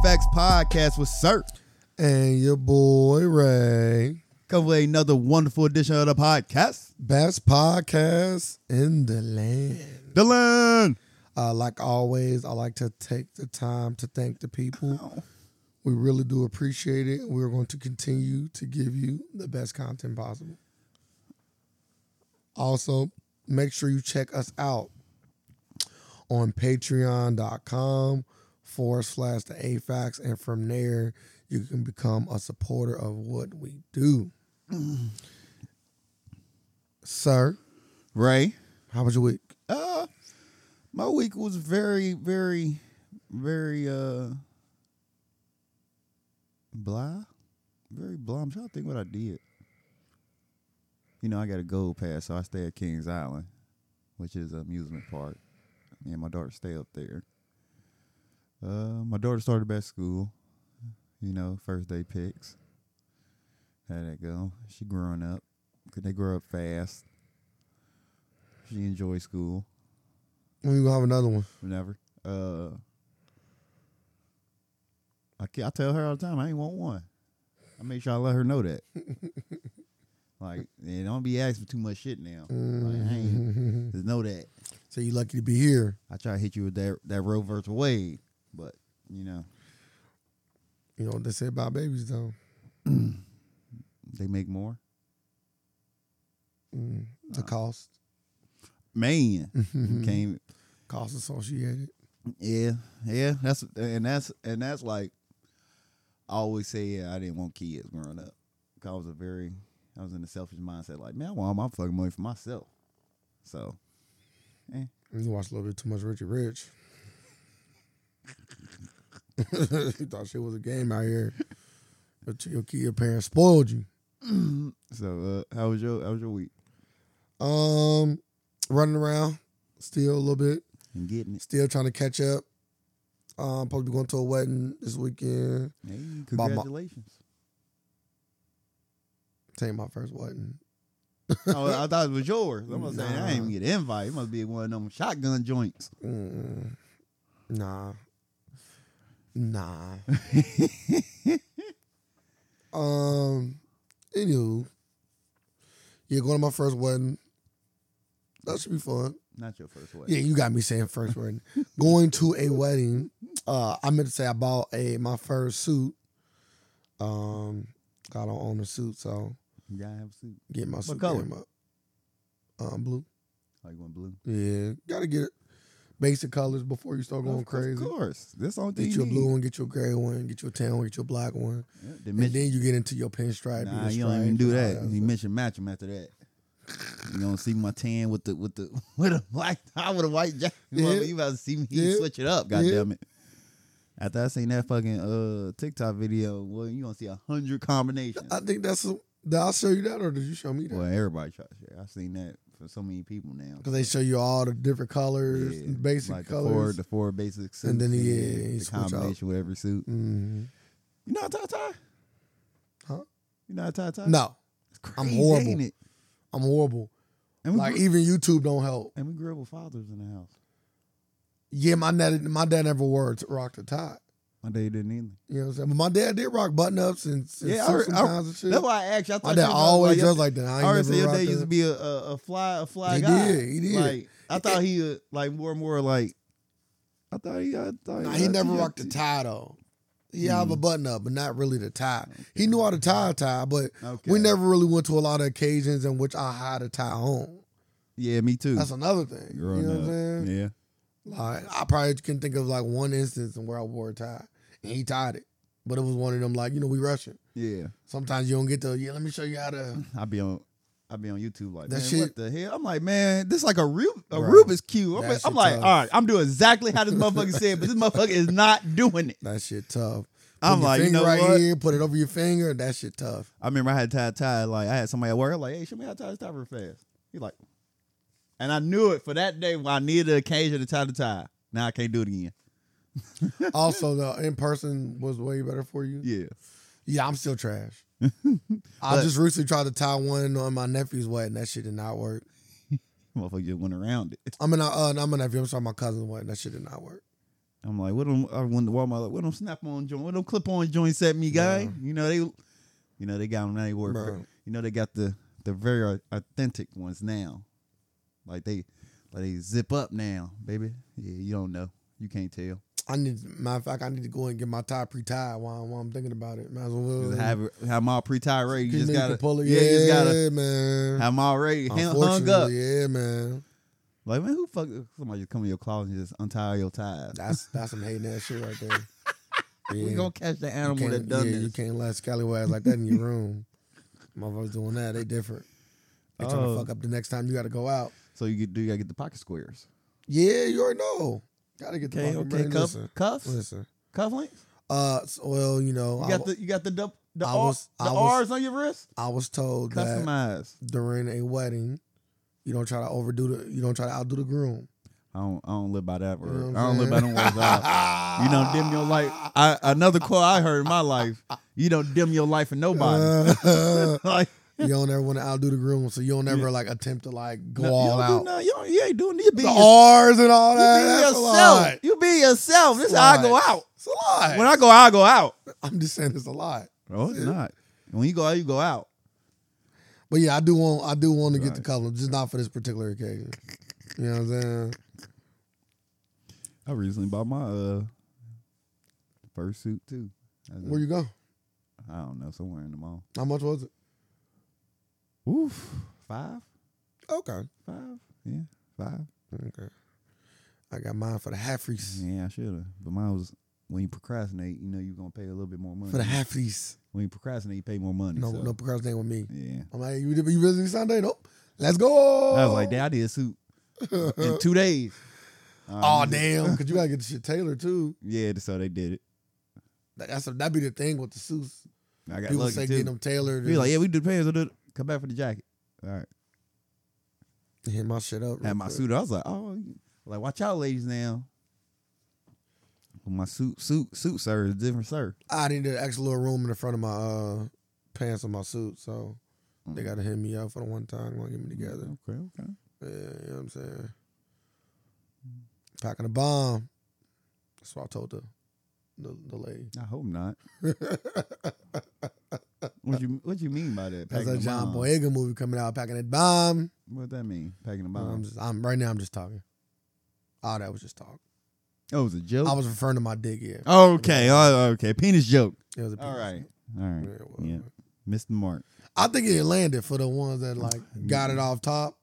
podcast with Sir. And your boy Ray. Come with another wonderful edition of the podcast. Best podcast in the land. Dylan. Uh, like always, I like to take the time to thank the people. We really do appreciate it. We're going to continue to give you the best content possible. Also, make sure you check us out on patreon.com forward slash the AFAX. And from there, you can become a supporter of what we do. Sir, Ray. how was your week? Uh my week was very, very, very uh blah. Very blah. I'm trying to think what I did. You know, I got a gold pass, so I stay at Kings Island, which is an amusement park. Me and my daughter stay up there. Uh my daughter started back school. You know, first day picks. How'd that go? She growing up. Could they grow up fast? She enjoys school. When you gonna have another one? Never. Uh, I ca- I tell her all the time I ain't want one. I make sure I let her know that. like, and don't be asking for too much shit now. Like, I ain't, just know that. So you lucky to be here. I try to hit you with that that Roe versus Wade, but you know You know what they say about babies though. they make more. Mm, the cost, Man, came. cost associated. Yeah, yeah. That's and that's and that's like. I always say, yeah, I didn't want kids growing up. 'Cause I was a very, I was in a selfish mindset. Like, man, I want all my fucking money for myself. So, eh. You watched a little bit too much Richie Rich. you thought shit was a game out here, but your kid your parents spoiled you. so uh, how was your how was your week? Um, running around still a little bit, And getting it. still trying to catch up. Um, probably going to a wedding this weekend. Hey, My mo- congratulations. Take my first wedding. oh, I thought it was yours. I'm gonna say I didn't Nah. even get an invite. It must be one of them shotgun joints. Mm, nah, nah. Um, anywho, yeah, going to my first wedding. That should be fun. Not your first one. Yeah, you got me saying first wedding. going to a wedding. Uh, I meant to say I bought a my first suit. Um, I don't own a suit, so You gotta have a suit. get my suit color? game up. Um, blue. Like one blue. Yeah, gotta get it. Basic colors before you start going Of- crazy. Of course. This on Get TV. you a blue one, get you a gray one, get you a tan one, get you a black one, Yeah, the and Mitch- then you get into your pinstripe. and Nah, your you don't stripes even do and all that. other You stuff. mentioned match him after that. You gonna see my tan with the with the with a black tie with a white jacket. You Yeah. about- You about to see me Yeah. switch it up? God Yeah. damn it! After I seen that fucking uh TikTok video, well, you gonna see a hundred combinations. I think that's a, did I show you that or did you show me well, that? everybody tries. Yeah, I seen that for so many people now. Because they show you all the different colors, Yeah, basic like the four, colors. the four basic suits, And then, yeah, you the switch out. combination with every suit. Mhm. You know a tie tie? Huh? You know a tie tie? No, it's crazy, I'm horrible. ain't it? I'm horrible. And we Like grew, even YouTube don't help. and we grew up with fathers in the house. Yeah, my dad, my dad never wore to rock the tie. My day didn't either. You know what I'm saying? But my dad did rock button ups and, and Yeah, yeah, I re- I- sometimes and shit. That's why I asked you. I my thought dad you always was dressed like that. I I ain't always never said your rocked dad used to that. be a, a, a fly a fly He guy. did, he did. Like I thought he uh, like more and more like. I thought he. I thought Nah, I he never think- rocked the tie though. He have Mm-hmm. a button up, but not really the tie. He knew how to tie a tie, but Okay. we never really went to a lot of occasions in which I had a tie on. Yeah, me too. That's another thing. Growing you know what I'm up. saying? Yeah. Like I probably can think of like one instance in where I wore a tie and he tied it, but it was one of them like you know we rushing. Yeah. Sometimes you don't get to yeah. Let me show you how to. I be on. I be on YouTube like That man, what shit- the hell? I'm like, man, this like a Rub- a Bro, Rubik's cube. I'm, that like- I'm shit like, tough. all right, I'm doing exactly how this motherfucker said, but this motherfucker is not doing it. That shit tough. Put I'm your like, you finger know right what? here, put it over your finger. That shit tough. I remember I had tie tie like I had somebody at work like, hey, show me how to tie this tie real fast. He like, and I knew it for that day when I needed an occasion to tie the tie. Now I can't do it again. also, the in person was way better for you. Yeah, Yeah, I'm still trash. I But- just recently tried to tie one on my nephew's wedding. That shit did not work. motherfucker just went around it. I mean, I, uh, not my nephew. I'm sorry, my cousin's wedding. That shit did not work. I'm like, what them? I went to Walmart. Like, what them snap on joint? What them clip on joints at me, guy? Bruh. You know they, you know they got them now. They work. Bruh. You know they got the the very au- authentic ones now. Like they, like they zip up now, baby. Yeah, you don't know. You can't tell. I need, matter of fact, I need to go and get my tie pre-tied while, while I'm thinking about it. Might as well Just have it- have them all pre-tied ready. You Keep just me gotta, can pull it. yeah, you just gotta man. have them all ready, hung- hung Unfortunately, up. yeah, man. Like man, who fuck? Somebody just come in your closet and just untie your ties. That's that's some hating ass shit right there. Yeah. We gonna catch the You animal that can't- done yeah, this. You can't let scallywags like that in your room. Motherfuckers doing that, they different. They trying Oh. to fuck up the next time you got to go out. So you get, do you gotta get the pocket squares? Yeah, you already know. Gotta get the Okay, fuck up, okay, man. cuff, Listen, cuffs, listen. cufflinks. Uh, so, well, you know, You I, got w- the you got the dub, the, I R- was- the I was- R's on your wrist. I was told that Customized. during a wedding, you don't try to overdo the, you don't try to outdo the groom. I don't I don't live by that You word. know what I I'm don't live by them saying? words. Out. You don't dim your life. I, another quote I heard in my life. You don't dim your life for nobody. Uh, like you don't ever want to outdo the groom, so you don't ever Yeah. like attempt to like go no, you all don't out. Do nothing. you, don't, you ain't doing. You be, the your- R's and all you that. be that's a yourself. lot. You be yourself. This is how I go Lot. out. It's a lot. When I go out, I go out. I'm just saying it's a lot. No, it's Yeah. not. When you go out, you go out. But yeah, I do want I do want to get the Right. color, just not for this particular occasion. You know what I'm saying? I recently bought my uh first suit too. I was Where you go? I don't know, somewhere in the mall. How much was it? Oof, five, Okay. five, yeah, five. Okay. I got mine for the halfies. Yeah, I should have. But mine was when you procrastinate, you know you're gonna pay a little bit more money. For the halfies. when you procrastinate, you pay more money. No, so, no procrastinate with me. Yeah, I'm like, you, you busy Sunday? Nope. Let's go. I was like, "Damn, I did a suit in two days." Um, Oh you just- damn, cause you gotta get the shit tailored too. Yeah, so they did it. That- That's a, that'd be the thing with the suits. I got People lucky say too. getting them tailored. He was is- like, "Yeah, we do the pants. we'll do it. Come back for the jacket." All right, hit my shit up. real had my quick. suit. on. I was like, "Oh, you-" like watch out, ladies now." Well, my suit, suit, suit, sir, is different, sir. I needed an extra little room in the front of my uh, pants and my suit, so Mm. they gotta hit me up for the one time, gonna get me together. Okay, okay. Yeah, you know what I'm saying? Packing a bomb. That's what I told the the, the lady. I hope not. what you What you mean by that? That's Packing that a John bomb? Boyega movie coming out, packing that bomb. What that mean? Packing a I'm bomb. just I'm right now I'm just talking. Oh, that was just talk. Oh, it was a joke. I was referring to my dick, yeah. okay, oh, okay. Penis joke. It was a All penis. right, all right. Yeah, it was. Yeah. Missed the mark. I think it landed for the ones that like got it off top.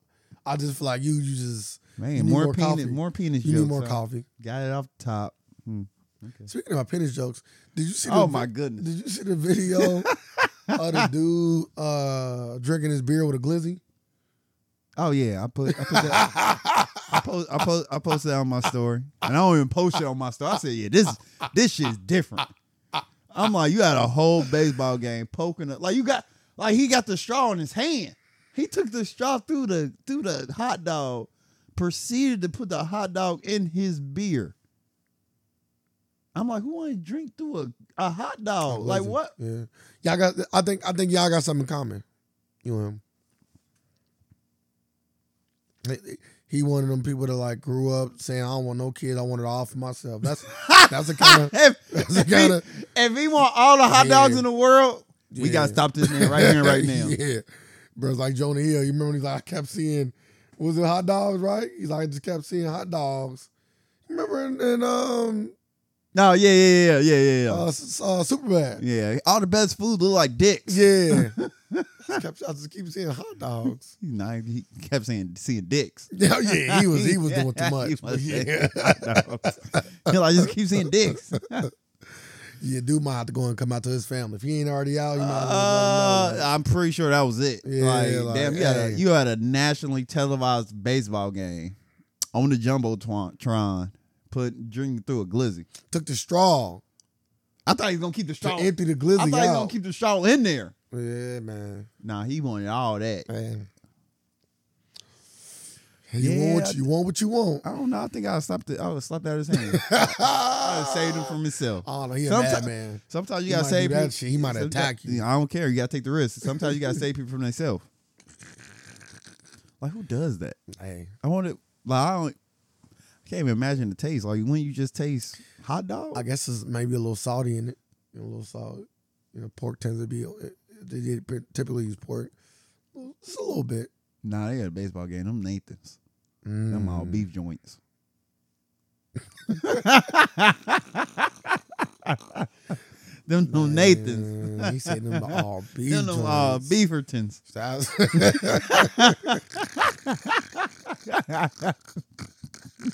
I just feel like you you just Man, You need more, more penis. coffee. More penis you jokes. need more huh? coffee. Got it off the top. Hmm. Okay. Speaking of penis jokes, did you see? Oh the, my vi- goodness. Did you see the video of the dude uh, drinking his beer with a glizzy? Oh yeah, I put. I put that. I post. I post. I posted that on my story, and I don't even post it on my story. I said, yeah, this this shit's different. I'm like, you had a whole baseball game poking up. Like you got. Like he got the straw in his hand. He took the straw through the through the hot dog, proceeded to put the hot dog in his beer. I'm like, who want to drink through a, a hot dog? Like Glizzy. what? Oh, Yeah, y'all got. I think. I think y'all got something in common. You and him. He- He one of them people that like grew up saying, "I don't want no kids. I want it all for myself." That's that's the kind of. if, That's the if he- kind of. if he want all the hot dogs Yeah. in the world, we Yeah. gotta stop this man right here, and right now. yeah. Bro, it's like Jonah Hill. You remember when he's like, I kept seeing, was it hot dogs, right? He's like, I just kept seeing hot dogs. Remember in, in um No, yeah, yeah, yeah, yeah, yeah, yeah. uh, S- uh, Superbad? yeah, all the best food look like dicks. Yeah. I, kept, I just keep seeing hot dogs. He, nah, he kept saying seeing dicks. Yeah, Oh, yeah, he was he was doing He too much. but was saying yeah. hot dogs. He like, I just keep seeing dicks. yeah, dude might have to go and come out to his family. If he ain't already out, you might as well let Uh, him know. I'm pretty sure that was it. Yeah, like, like, damn, you had, a, hey. you had a nationally televised baseball game on the jumbotron, put drinking through a glizzy. Took the straw I thought he was gonna keep the to straw. I empty the thought he glizzy was gonna out. keep the straw in there. yeah, man. Nah, he wanted all that. Man. You, Yeah, want I- what you want what you want. I don't know. I think I slapped it. I would slap out his hand. I would saved him from himself. Oh no, he a Sometime- bad man. Sometimes you He gotta might save do people. that shit. He might Sometimes- attack you. I don't care. You gotta take the risk. Sometimes you gotta save people from themselves. Like who does that? Hey, I want to. Like I don't. Can't even imagine the taste. Like when you just taste hot dog. I guess it's maybe a little salty in it. You know, a little salt. You know, pork tends to be. They did typically use pork. Just a little bit. nah, they got a baseball game. Them Nathan's. Them all Mm. beef joints. them them Nathan's. Mm, He said them the all beef. Them them uh, joints. beefertons. That's-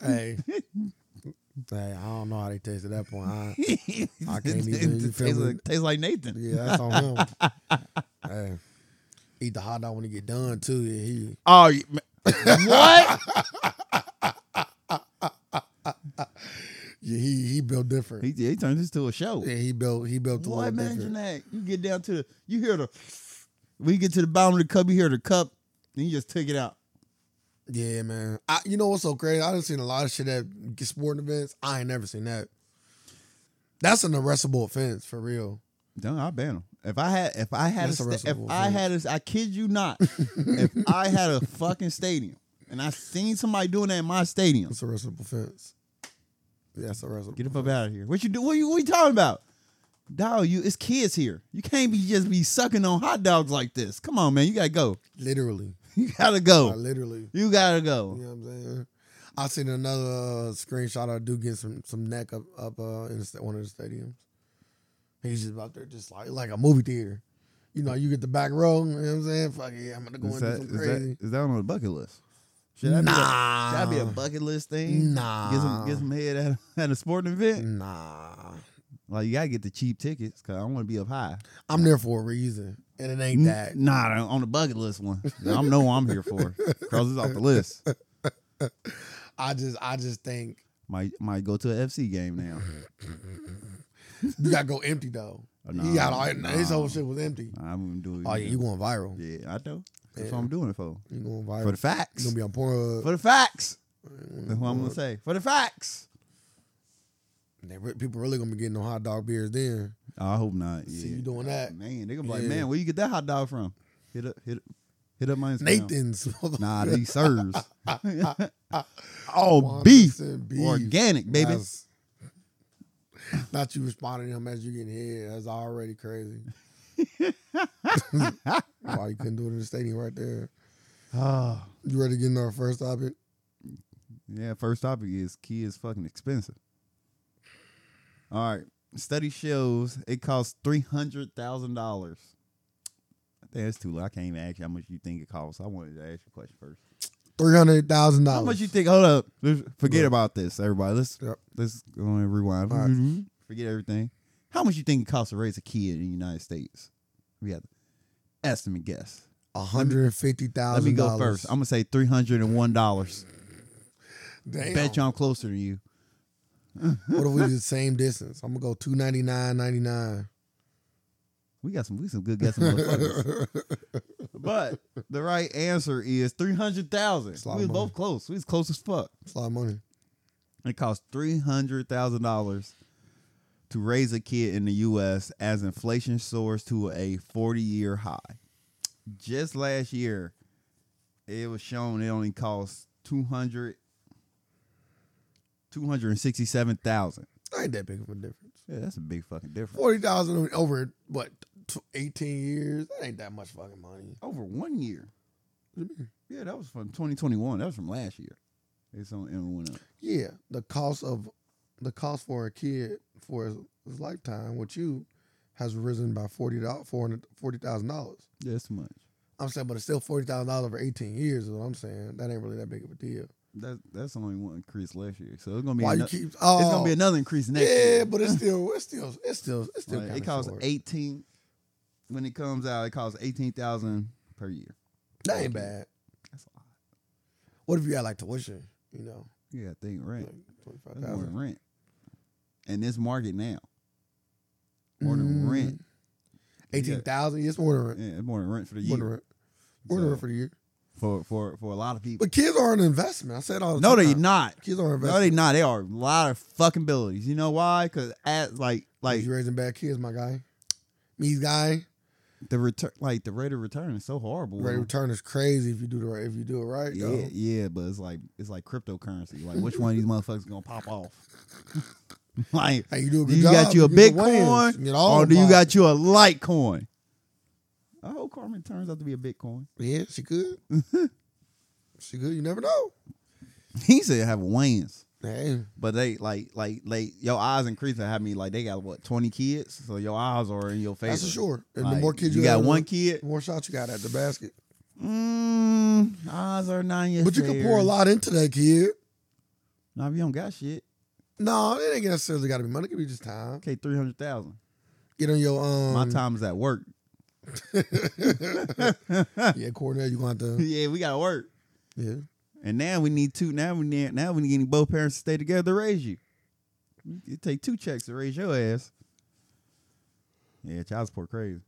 hey, hey, I don't know how they taste at that point. I, I can't even- you feel tastes, like, it? tastes like Nathan. yeah, that's on him. hey, eat the hot dog when you get done too. Yeah, he, Oh, you- what? yeah, he, he built different. he, he turned this to a show. yeah, he built he built a Boy, little imagine different. that. You get down to the, you hear the, when you get to the bottom of the cup, you hear the cup, then you just took it out. Yeah, man. I, you know what's so crazy? I done seen a lot of shit at sporting events. I ain't never seen that. That's an arrestable offense for real. Don't I ban him. If I had, if I had, a That's a sta- if wrestle I had, a, I kid you not, if I had a fucking stadium and I seen somebody doing that in my stadium, That's a wrestling offense. Yeah, that's a wrestling. get up out of here. What you do? What you, what you talking about? Dog, you it's kids here. You can't be just be sucking on hot dogs like this. Come on, man, you gotta go. Literally, You gotta I go. literally. You gotta You go. know what I'm saying? I seen another uh, screenshot of a dude getting some some neck up up uh, in the sta- one of the stadiums. He's just out there, just like like a movie theater. You know, you get the back row. You know what I'm saying? Fuck yeah, I'm gonna go and do some crazy. is that on the bucket list? Should that, nah, be a, should that be a bucket list thing? Nah. Mm. Get some, get some head at a, at a sporting event. Nah, Like you gotta get the cheap tickets because I want to be up high. I'm there for a reason, and it ain't N- that. Nah, the- on the bucket list one. I know what I'm here for. Cross this off the list. I just, I just think Might might go to an FC game now. you gotta go empty though. Nah, he got all, his nah. whole shit was empty. I'm doing. Oh yeah, you going viral? Yeah, I know. That's Yeah. what I'm doing it for. You going For viral? the facts. You gonna be on Pornhub? For the facts. That's what I'm gonna say. For the facts. They re- people really gonna be getting no hot dog beers then. I hope not. Yeah. See you doing that, Man, they gonna be like, Yeah. man, where you get that hot dog from? Hit up, hit, up, hit up my Instagram. Nathan's. Nah, these serves. oh, 100% beef. beef. organic, baby. That's- not you responding to him as you getting hit. That's already crazy. Why you couldn't do it in the stadium right there? Ah. You ready to get into our first topic? Yeah, first topic is kids fucking expensive. All right. Study shows it costs three hundred thousand dollars. I think that's too low. I can't even ask you how much you think it costs. I wanted to ask you a question first. Three hundred thousand How much dollars. you think? Hold up. Let's forget Look. about this, everybody. Let's Yep. let's go and rewind. Mm-hmm. All right. Forget everything. How much you think it costs to raise a kid in the United States? We have to estimate guess. One hundred and fifty Let thousand. me go first. I'm gonna say three hundred and one dollars. Damn. Bet you I'm closer to you. What if we do the same distance? I'm gonna go two ninety nine ninety nine. We got some we some good guessing motherfuckers. But the right answer is three hundred thousand. It's a We lot was of money. both close. We was close as fuck. It's a lot of money. It costs three hundred thousand dollars to raise a kid in the U.S. as inflation soars to a forty-year high. Just last year, it was shown it only costs two hundred. Two hundred and sixty-seven thousand. Ain't that big of a difference. Yeah, that's a big fucking difference. Forty thousand over what tw- eighteen years? That ain't that much fucking money. Over one year. What do you mean? Yeah, that was from twenty twenty-one. That was from last year. It's on. It went up. Yeah, the cost of the cost for a kid for his, his lifetime with you has risen by forty dollars, four hundred forty thousand dollars. Yeah, that's too much. I'm saying, but it's still forty thousand dollars for eighteen years. Is what I'm saying. That ain't really that big of a deal. That that's only one increase last year, so it's gonna be Why ano- you keep? Oh, it's gonna be another increase next yeah, year. but it's still, it's still, it's still, it's still. Like, it kinda costs short. eighteen when it comes out. It costs eighteen thousand per year. That ain't bad. That's a lot. What if you had like tuition? You know, You gotta think rent. like twenty five That's more than thousand. rent. In this market now, more than rent. Eighteen thousand. Yes, Mm, more than rent. Yeah, it's more than rent for the More than year rent. More than So- rent for the year. for for for a lot of people. But kids are an investment. I said all the No, time. they're not. Kids are an No, they investment. not. They are a lot of fucking abilities. You know why? Because at like like you raising bad kids, my guy. Me guy. The return, like the rate of return, is so horrible. Rate of though. return is crazy if you do the right, if you do it right. Yeah, though. yeah, but it's like it's like cryptocurrency. Like which one of these motherfuckers gonna pop off? like Hey, you do do a good you job. got you a you get the wins, Bitcoin you get all or the do you boxes. got you a Litecoin? I hope Carmen turns out to be a Bitcoin. Yeah, she good. she good. You never know. He said have wins. Hey, But they like like like your eyes increasing have me like they got what twenty kids, so your eyes are in your face. that's for sure. And the more kids you, got, have, one kid, the more shots you got at the basket. mm, eyes are not yet. But you can pour a lot into that kid. Now if you don't got shit, No, it ain't necessarily got to be money. It could be just time. okay, three hundred thousand. Get on your um. My time is at work. Yeah, Cornell, you going to. yeah, we gotta work. Yeah, And now we need two. Now we need. Now we need both parents to stay together to raise you. It take two checks to raise your ass. Yeah, child support crazy.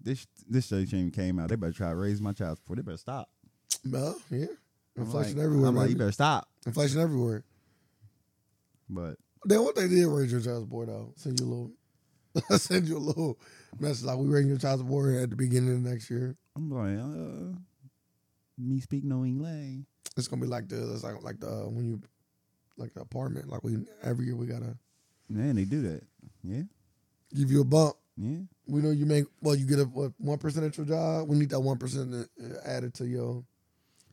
This this show even came out. They better try to raise my child support. They better stop. no, yeah. I'm Inflation like- everywhere. I'm like, baby. you better stop. Inflation everywhere. But Then what they did raise your child support though. Send you a little. I send you a little message like we raising your child support at the beginning of next year. I'm like, uh, me speak no English. It's gonna be like the it's like like the uh, when you like the apartment like we every year we gotta Man, they do that. Yeah, give you a bump. yeah. We know you make well you get a what one percent at your job. We need that one percent added to your.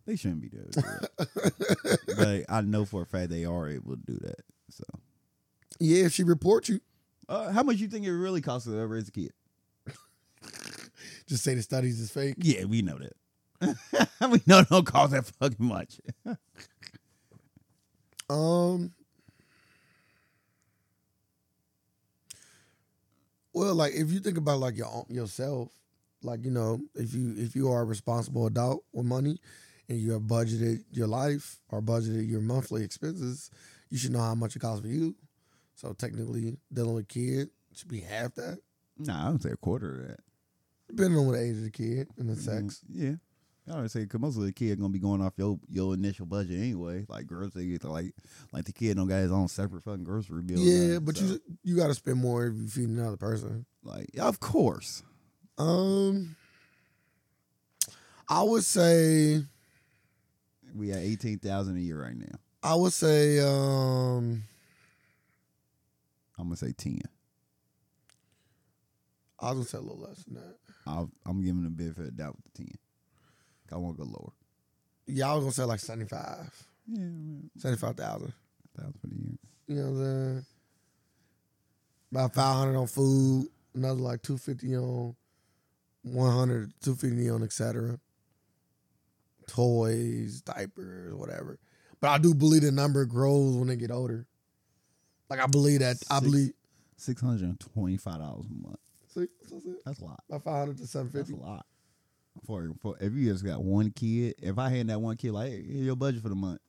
They shouldn't be doing that. but I know for a fact they are able to do that. So, Yeah, if she reports you, uh, how much you think it really costs to raise a kid? just say the studies is fake. Yeah, we know that. we know it don't cost that fucking much. Um. Well, like if you think about like your own, yourself, like you know, if you if you are a responsible adult with money, and you have budgeted your life or budgeted your monthly expenses, you should know how much it costs for you. So technically, dealing with kid should be half that, Nah, I would say a quarter of that. Mm-hmm. depending on what age of the kid and the sex. Yeah. I would say because most of the kid gonna be going off your your initial budget anyway. Like grocery, it's like like the kid don't got his own separate fucking grocery bill. Yeah, now, but so, you you got to spend more if you feed another person. like of course. Um, I would say. We at eighteen thousand a year right now. I would say um I'm gonna say ten. I was gonna say a little less than that. I'll, I'm giving the benefit of the doubt with the ten. I won't go lower. Yeah, I was gonna say like 75. Yeah, 75,000. thousand for the year. You know what I'm saying? About 500 on food, another like 250 on 100, 250 on et cetera. Toys, diapers, whatever. But I do believe the number grows when they get older. Like I believe that I Six. believe Six hundred and twenty-five dollars a month. see, that's it. That's a lot. About 500 to That's a 750. lot. For, for if you just got one kid, if I had that one kid, like hey, here's your budget for the month,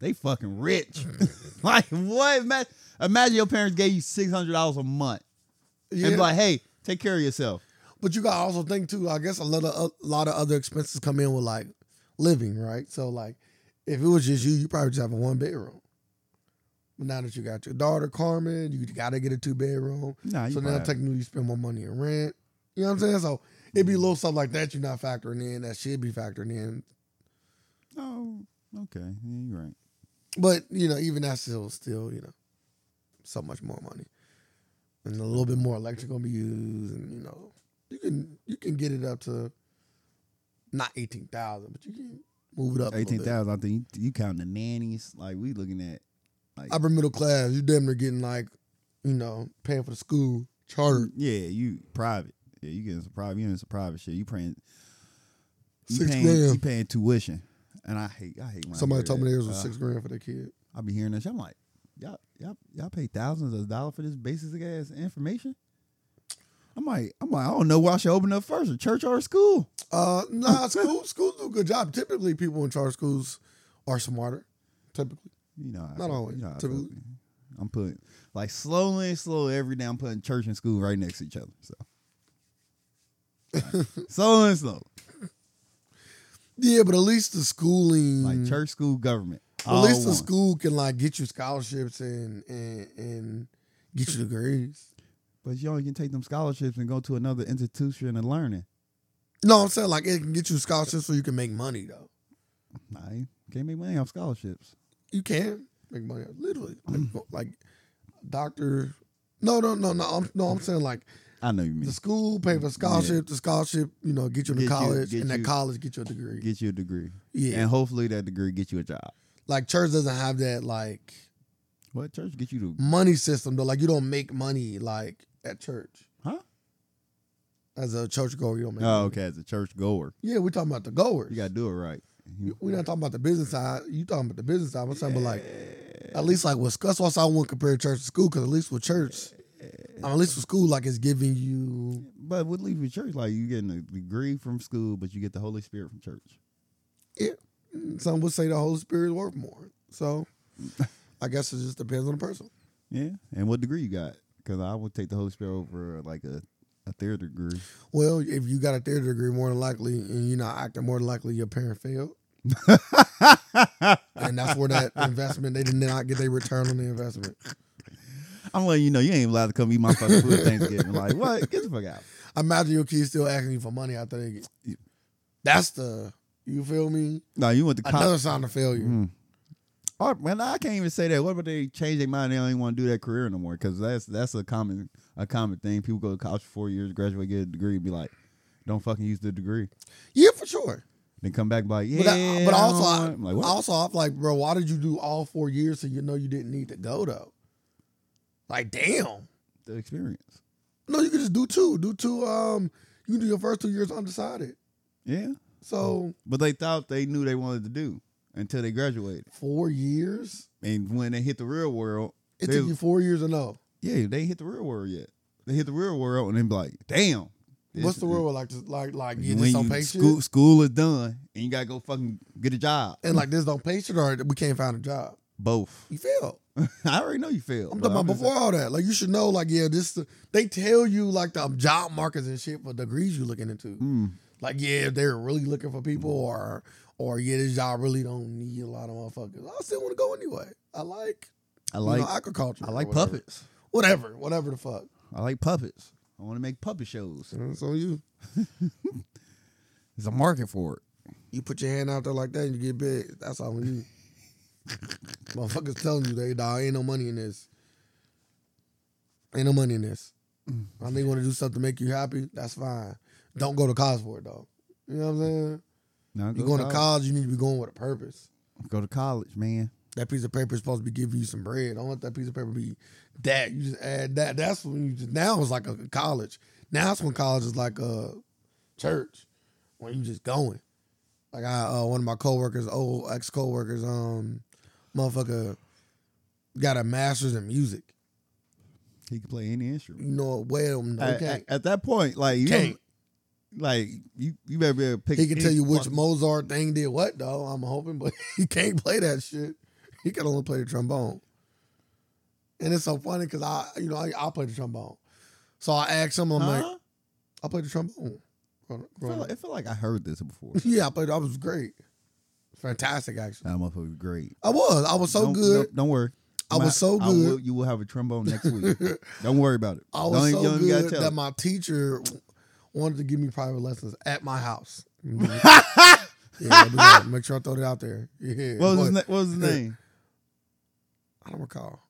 they fucking rich. like what? Ima- Imagine your parents gave you six hundred dollars a month and Yeah. be like, hey, take care of yourself. But you gotta also think too. I guess a lot of a lot of other expenses come in with like living, right? So like, if it was just you, you probably just have a one bedroom. But now that you got your daughter Carmen, you gotta get a two bedroom. Nah, So now technically you spend more money in rent. You know what I'm saying? So it'd be little stuff like that you're not factoring in that should be factored in. oh, okay, yeah, you're right. But you know, even that's still still you know so much more money, and a little bit more electric gonna be used, and you know you can you can get it up to not eighteen thousand, but you can move it up a little bit. Eighteen thousand. I think you, you count the nannies. Like we looking at like Upper middle class, you damn near getting like you know paying for the school charter yeah, you private. Yeah, you getting some private. You in some private shit. You paying. You Six paying, grand. You paying tuition, and I hate. I hate. When I Somebody hear told me that. theirs was Uh, six grand for their kid. I be hearing this. I'm like, y'all, y'all, y'all pay thousands of dollars for this basic ass information. I'm like, I'm like, I don't know where I should open up first, a church or a school. Uh, nah, school schools do a good job. Typically, people in charter schools are smarter. Typically, You know, how I Not feel. always, You know how I typically. feel. I'm putting like slowly and slowly every day. I'm putting church and school right next to each other. So slowly and slow, yeah, but at least the schooling like church, school, government. Well, all Mm-hmm. at least the one. school can like get you scholarships and and and get you degrees. But you only can take them scholarships and go to another institution and learning. No, I'm saying like it can get you scholarships so you can make money though. Nah, you can't make money off scholarships. You can make money literally Mm. like, go- like doctor. No, no, no, no. I'm, no, I'm saying like I know you mean. the school pay for scholarship. The scholarship, you know, get you Get to you- college, get and that you- college get you a degree. Get you a degree. yeah, And hopefully that degree get you a job. like church doesn't have that like What church get you to money system though. Like you don't make money like at church. Huh? As a church goer, you don't make. Oh, money. okay, as a church goer. Yeah, we're talking about the goers. You gotta do it right. You- We're not talking about the business side. You talking about the business side. I'm saying, but like, Yeah. at least like with that's why I said I wouldn't compare church to school because at least with church, I mean, at least with school, like it's giving you. But would leave your church like you getting a degree from school, but you get the Holy Spirit from church. Some would say the Holy Spirit is worth more. So, I guess it just depends on the person. Yeah, and what degree you got? Because I would take the Holy Spirit over uh, like a, a theater degree. Well, if you got a theater degree, more than likely, and you're not acting, more than likely your parent failed, and that's where that investment they did not get their return on the investment. I'm letting you know you ain't allowed to come eat my fucking food at Thanksgiving. Like what? Get the fuck out. Imagine your kids still asking you for money after they get. That's the you feel me. No, you went to Another college. sign of failure. Mm. Or man, I can't even say that. What about they change their mind? They don't even want to do that career no more. Because that's that's a common a common thing. People go to college for four years, graduate, get a degree, and be like, don't fucking use the degree. Yeah, for sure. Then come back by yeah. But, I, but I also, don't I, want-" I'm like, what? also, I'm like, bro, why did you do all four years so you know you didn't need to go though? Like, damn. the experience. No, you could just do two. Do two. Um, you can do your first two years undecided. Yeah, So but they thought they knew they wanted to do until they graduated, four years. and when they hit the real world, It They- took you four years to know. yeah, they hit the real world yet. They hit the real world, and they be like, damn. this- What's the world like? Just like, like yeah, when this don't you- pay school, shit, school is done, and you gotta go fucking get a job. and like this don't pay shit, or we can't find a job. Both. You failed. I already know you failed. I'm but talking about just before all that. Like you should know. Like yeah, this they tell you like the job markets and shit for degrees you looking into. saying, mm, Like, yeah, if they're really looking for people or or yeah, this job really don't need a lot of motherfuckers. I still want to go anyway. I like I like like you know, agriculture. I or like whatever. puppets. Whatever, whatever the fuck. I like puppets. I want to make puppet shows. That's on you. There's a market for it. You put your hand out there like that and you get big. That's on you. Motherfuckers telling you they dog ain't no money in this. Ain't no money in this. I think want to do something to make you happy. That's fine. Don't go to college for it though. You know what I'm saying? Now You're going to college. You need to be going with a purpose. Go to college, man. that piece of paper is supposed to be giving you some bread. Don't let that piece of paper be that. You just add that. That's when you just now it's like a college. Now it's when college is like a church when you just going. Like I uh, one of my coworkers, old ex coworkers, um, motherfucker, got a master's in music. He can play any instrument. You know well, no, he At, can't. at- at that point, like Uh, you, Can't. don't- like you, you better be able to pick. He can tell any you which fucking- Mozart thing did what though. I'm hoping, but he can't play that shit. He can only play the trombone. And it's so funny because I, you know, I, I play the trombone. So I asked him, I'm like, Huh? I played the trombone. growing- I feel, growing like, I up. feel like I heard this before. Yeah, I played. I was great, fantastic actually. that motherfucker was great. I was. I was so Don't- good. Don't, don't worry. I was so I good. will- you will have a trombone next week. don't worry about it. I was don't, so don't even gotta good tell that me. my teacher wanted to give me private lessons at my house. yeah, I do that. make sure I throw that out there. Yeah. what was his but na- what was his name? I don't recall.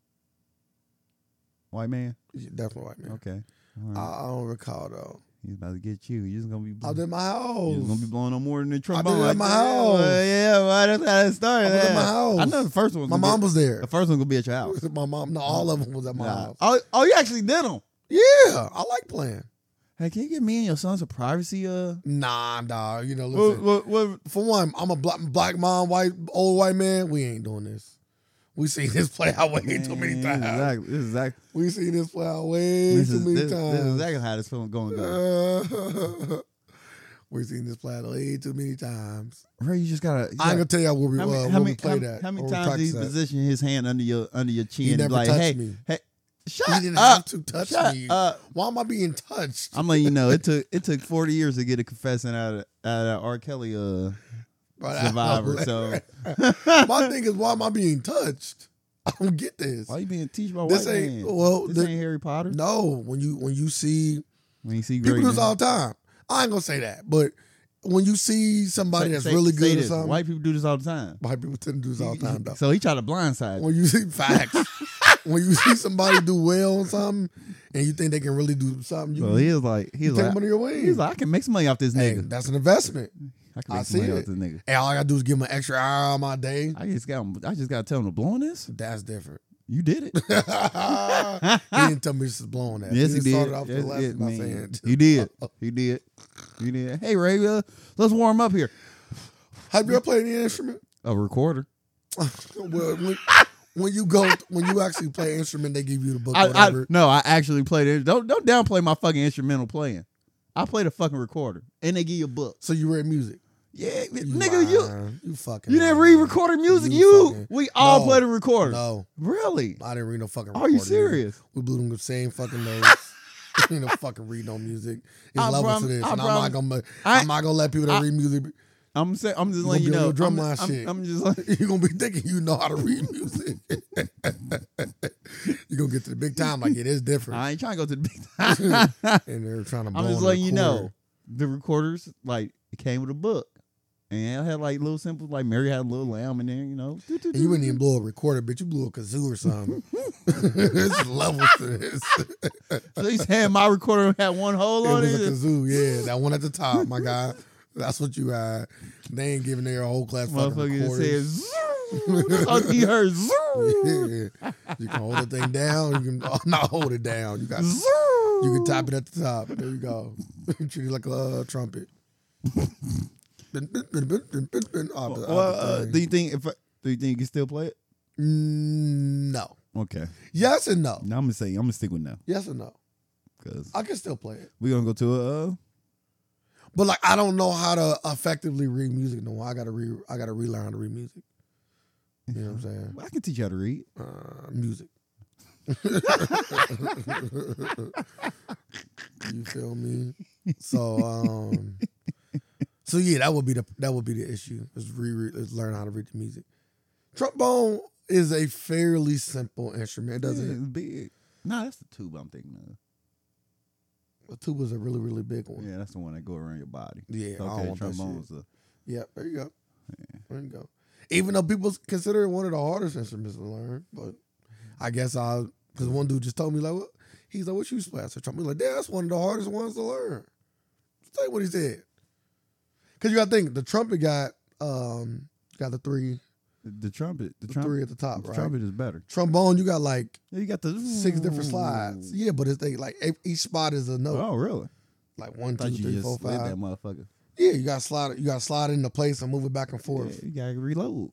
White man. Yeah, definitely white man. Okay. All right. I, I don't recall though. He's about to get you. You're just gonna be. I was Blowing, at my you're just gonna be house. blowing no more than the it trombone. at my yeah, well, house. Yeah, well, that's how it started. I was at yeah. my house. I know the first one. My mom was there. The first one gonna be at your house. My mom, no, all of them was at my Nah. house. Oh, oh, you actually did them. Yeah, I like playing. Hey, can you give me and your sons a privacy? Uh, Nah, dog. You know, what, listen. what, what- For one, I'm a black, black mom, white old white man. We ain't doing this. We seen this play out way too many Man, times. Exactly. This is exactly. We seen this play out way This too is, many this, times. Uh, this is exactly how this film going. Go. we seen this play out way too many times. Ray, you just gotta. you I gotta- ain't gonna tell y'all where we, how uh, many, where how we many, play how, that. how many where we times did practice he that. position his hand under your under your chin? He and be never like, touched hey, me. hey, shut He didn't up, have to touch shut me. up. Why am I being touched? I'm letting you know it took it took 40 years to get a confession out of out of R. Kelly uh Right, I- survivor. So my thing is, why am I being touched? I don't get this. Why you being teached by This white ain't man? well. This thi- ain't Harry Potter. no, when you when you see When you see people do greatness- this all the time. I ain't gonna say that, but when you see somebody Say- that's say- really say good or this. something, white, White people do this all the time. people tend to do this all the time though. So he tried to blindside. you. When you see facts, when you see somebody do well on something, and you think they can really do something, you, So he was like, he you was take like, them under your wing. he's like, I can make some money off this hey, nigga. that's an investment. I can I make some money see off it. this nigga. And all I gotta do is give them an extra hour on my day. I just got, him- I just got to tell him to blow on this. That's different. You did it. he didn't tell me this is blowing that. yes, he just did. started off the Yes, lesson it- by man. saying, He did. He did. He did. Hey Ray, uh, let's warm up here. "Have you ever played any instrument?" A recorder. well, when, when you go, when you actually play instrument, they give you the book. I, I, whatever. no, I actually played it. Don't don't downplay my fucking instrumental playing. I played a fucking recorder, and they give you a book. so you read music, Yeah, you nigga, you lying. you fucking You didn't lying. read recorded music. You You, fucking- we all No. played a recorder. No, Really? I didn't read no fucking. Are you recorded music. serious? We blew them the same fucking notes. you know, fucking read no music. It's I levels to prom- this, I and I'm not prom- gonna. I, I- am not gonna let people that I- read music. I'm saying I'm just You letting you gonna know. be on your I'm, drumline I'm- shit. I'm just like You're gonna be thinking you know how to read music. You're gonna get to the big time like it is different, I ain't trying to go to the big time. and they're trying to. I'm blow just on letting you the know. cord. The recorders like it came with a book. And it had like little simple like Mary had a little lamb in there, you know. Do, do, And you do, wouldn't even do. blow a recorder, bitch. You blew a kazoo or something. There's levels to this. So he's saying my recorder had one hole It on was a it. kazoo, yeah. That one at the top, my guy. That's what you had. They ain't giving their whole class fucking Motherfucker just recorders. says "Zoo." That's all he heard zoo. Yeah. You can hold the thing down. You can oh, not hold it down. You got you Zoo. can top it at the top. There you go. Treat it like a uh, trumpet. Bin, bin, bin, bin, bin, bin, bin, off the- Well, off uh, Oh, the do thing. you think if I- do you think you can still play it? Mm, No. Okay. Yes and no. Now I'm gonna say I'm gonna stick with no Yes and no. because I can still play it. we're gonna go to a uh, But like I don't know how to effectively read music no more. I gotta re I gotta relearn how to read music. You know what I'm saying? I can teach you how to read. Uh, music. you feel me? So um so yeah, that would be the that would be the issue. Is re is learn how to read the music. Trombone is a fairly simple instrument. It Yeah, doesn't it's big. Nah, that's the tube I'm thinking of. the tuba's a really, really big one. Yeah, that's the one that go around your body. Yeah, I don't Okay, want that shit. trombone's the Yeah, there you go. There you go. Even though people consider it one of the hardest instruments to learn, but I guess I because one dude just told me like, what? he's like, what you play? I said, trumpet. He's like, yeah, that's one of the hardest ones to learn. Just tell you what he said. Cause you gotta think the trumpet got um got the three the trumpet. The, the trumpet. three at the top, the right? trumpet is better. Trombone, you got like Yeah, you got the six different slides. Yeah, but it's they like e- each spot is a note, Oh, really? like one, thought two, you three, just four, slid five. that motherfucker. Yeah, you gotta slide it. You gotta slide it into place and move it back and forth. Yeah, you gotta reload.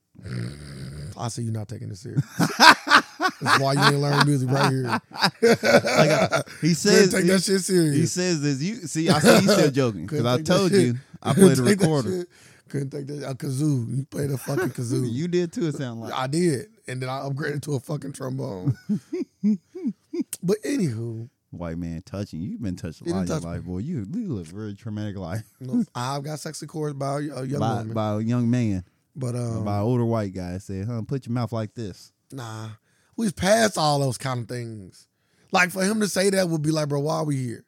I see you not taking this serious. That's why you ain't learning music right here. He Couldn't says take that shit he serious. says this. You see, I see you still joking because Couldn't I take that told shit. you I played a Couldn't take that recorder. shit. Couldn't take that. A kazoo. You played a fucking kazoo. You did too. It sound like I did, and then I upgraded to a fucking trombone. but anywho, white man touching. You've been touched a He lot in your didn't touch life, boy. You you live a very traumatic life no, I've got sexy chords by a young by, woman, by a young man, but um, by an older white guy. Said, "Huh, put your mouth like this." nah, we've passed all those kind of things. Like for him to say that would be like, bro, why are we here?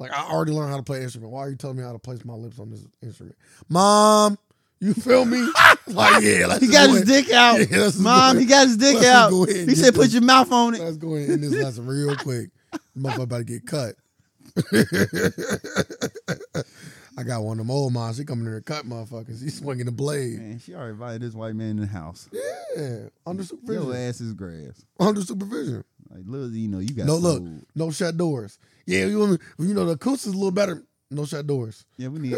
Like I already learned how to play an instrument. Why are you telling me how to place my lips on this instrument, mom? You feel me? like yeah, let's He just got go his ahead- dick out. Yeah, let's just Mom, go he got his dick let's just out. go ahead and He get said, put this- your mouth on it. Let's go ahead and end this lesson real quick. Motherfucker about to get cut. I got one of them old moms. She coming in here to cut motherfuckers. She's swinging the blade. Man, she already invited this white man in the house. Yeah, under supervision. Your ass is grass. Under supervision. Like, little, you know, you got No, look, sold. no shut doors. Yeah, you, want me- you know the acoustics a little better. No shut doors. Yeah, we need.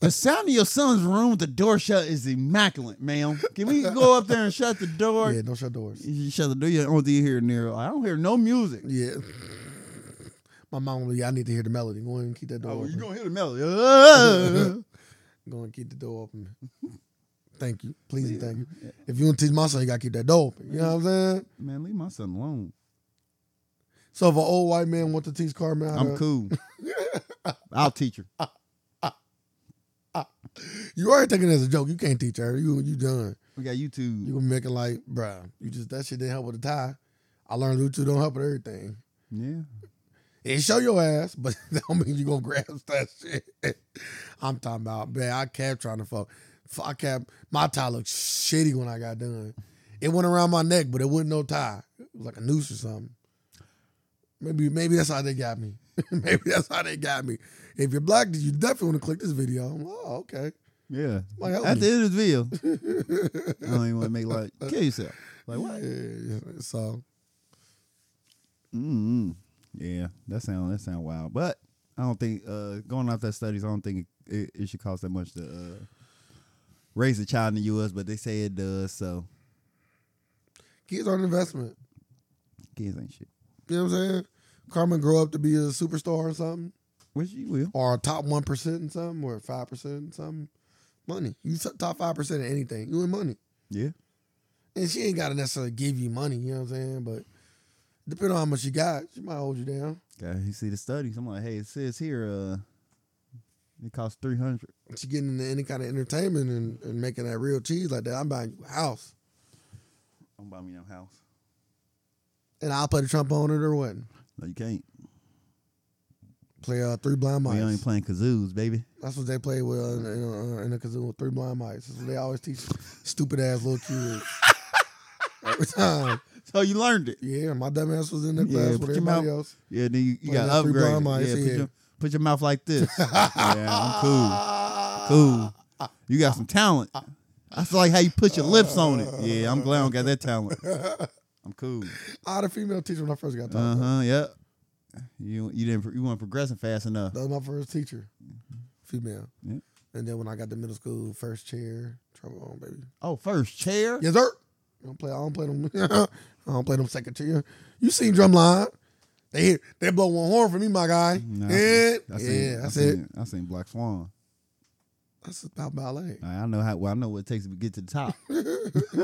the sound of your son's room with the door shut is immaculate, ma'am. Can we go up there and shut the door? Yeah, no shut doors. You shut the door. You don't hear near. I don't hear no music. Yeah. My mom was yeah, I need to hear the melody. Go ahead and keep that door Oh, open. you gonna hear the melody? Go ahead and keep the door open. Thank you. Please and Yeah. thank you. If you want to teach my son, you gotta keep that door open. You know what I'm saying? Man, leave my son alone. So if an old white man want to teach Carmen how I'm to- cool. I'll teach her. you already taking it as a joke. You can't teach her. You you done. We got YouTube. You gonna make it like, bruh, you just that shit didn't help with the tie. I learned Lucha don't help with everything. yeah. It show your ass, but that don't mean you gonna grasp that shit. I'm talking about, man, I kept trying to fuck. F- I kept my tie looked shitty when I got done. It went around my neck, but it wasn't no tie. It was like a noose or something. Maybe maybe that's how they got me. maybe that's how they got me. If you're black, then you definitely want to click this video. I'm like, oh, okay. Yeah. Like, help At me. the end of the video, I don't even want to make like kill yourself. Like what? Yeah, yeah. So mm Yeah, that sound that sound wild. But I don't think uh, going off that studies, I don't think it, it, it should cost that much to uh, raise a child in the U.S. But they say it does, so kids are an investment. kids ain't shit. You know what I'm saying? Carmen grow up to be a superstar or something. Which you will. or top one percent in something, or five percent in something. Money, you t- top five percent in anything, you in money. Yeah. And she ain't gotta necessarily give you money, you know what I'm saying? But depending on how much you got, she might hold you down. Okay, you see the studies. I'm like, hey, it says here, uh, it costs three hundred. She getting into any kind of entertainment and, and making that real cheese like that. I'm buying you a house, Don't buy me no house. and I'll play the trombone at her wedding. No, you can't. Play uh, three blind We only mice. playing kazoos, baby. That's what they play with uh, in, uh, in the kazoo with three blind mice. That's what they always teach stupid ass little kids. Every time, So you learned it. yeah, my dumb ass was in the Yeah, class put with your everybody mouth- else. Yeah, then you, you Well, got yeah, three upgraded. blind mice, yeah, put yeah. your put your mouth like this. yeah, I'm cool, cool. You got some talent. I feel like how you put your lips on it. Yeah, I'm glad I don't got that talent. I'm cool. I had a female teacher when I first got taught. Uh huh. Yep. You you didn't you weren't progressing fast enough. That was my first teacher, female. Mm-hmm. Yeah. And then when I got to middle school, first chair, trouble on baby. Oh, first chair. Yes, sir. I don't play. I don't play them. I don't play them second chair. You seen drumline? They hit. They blow one horn for me, my guy. Nah, yeah, I seen- yeah. I That's seen- it. I seen Black Swan. That's about ballet. I I know how. Well, I know what it takes to get to the top.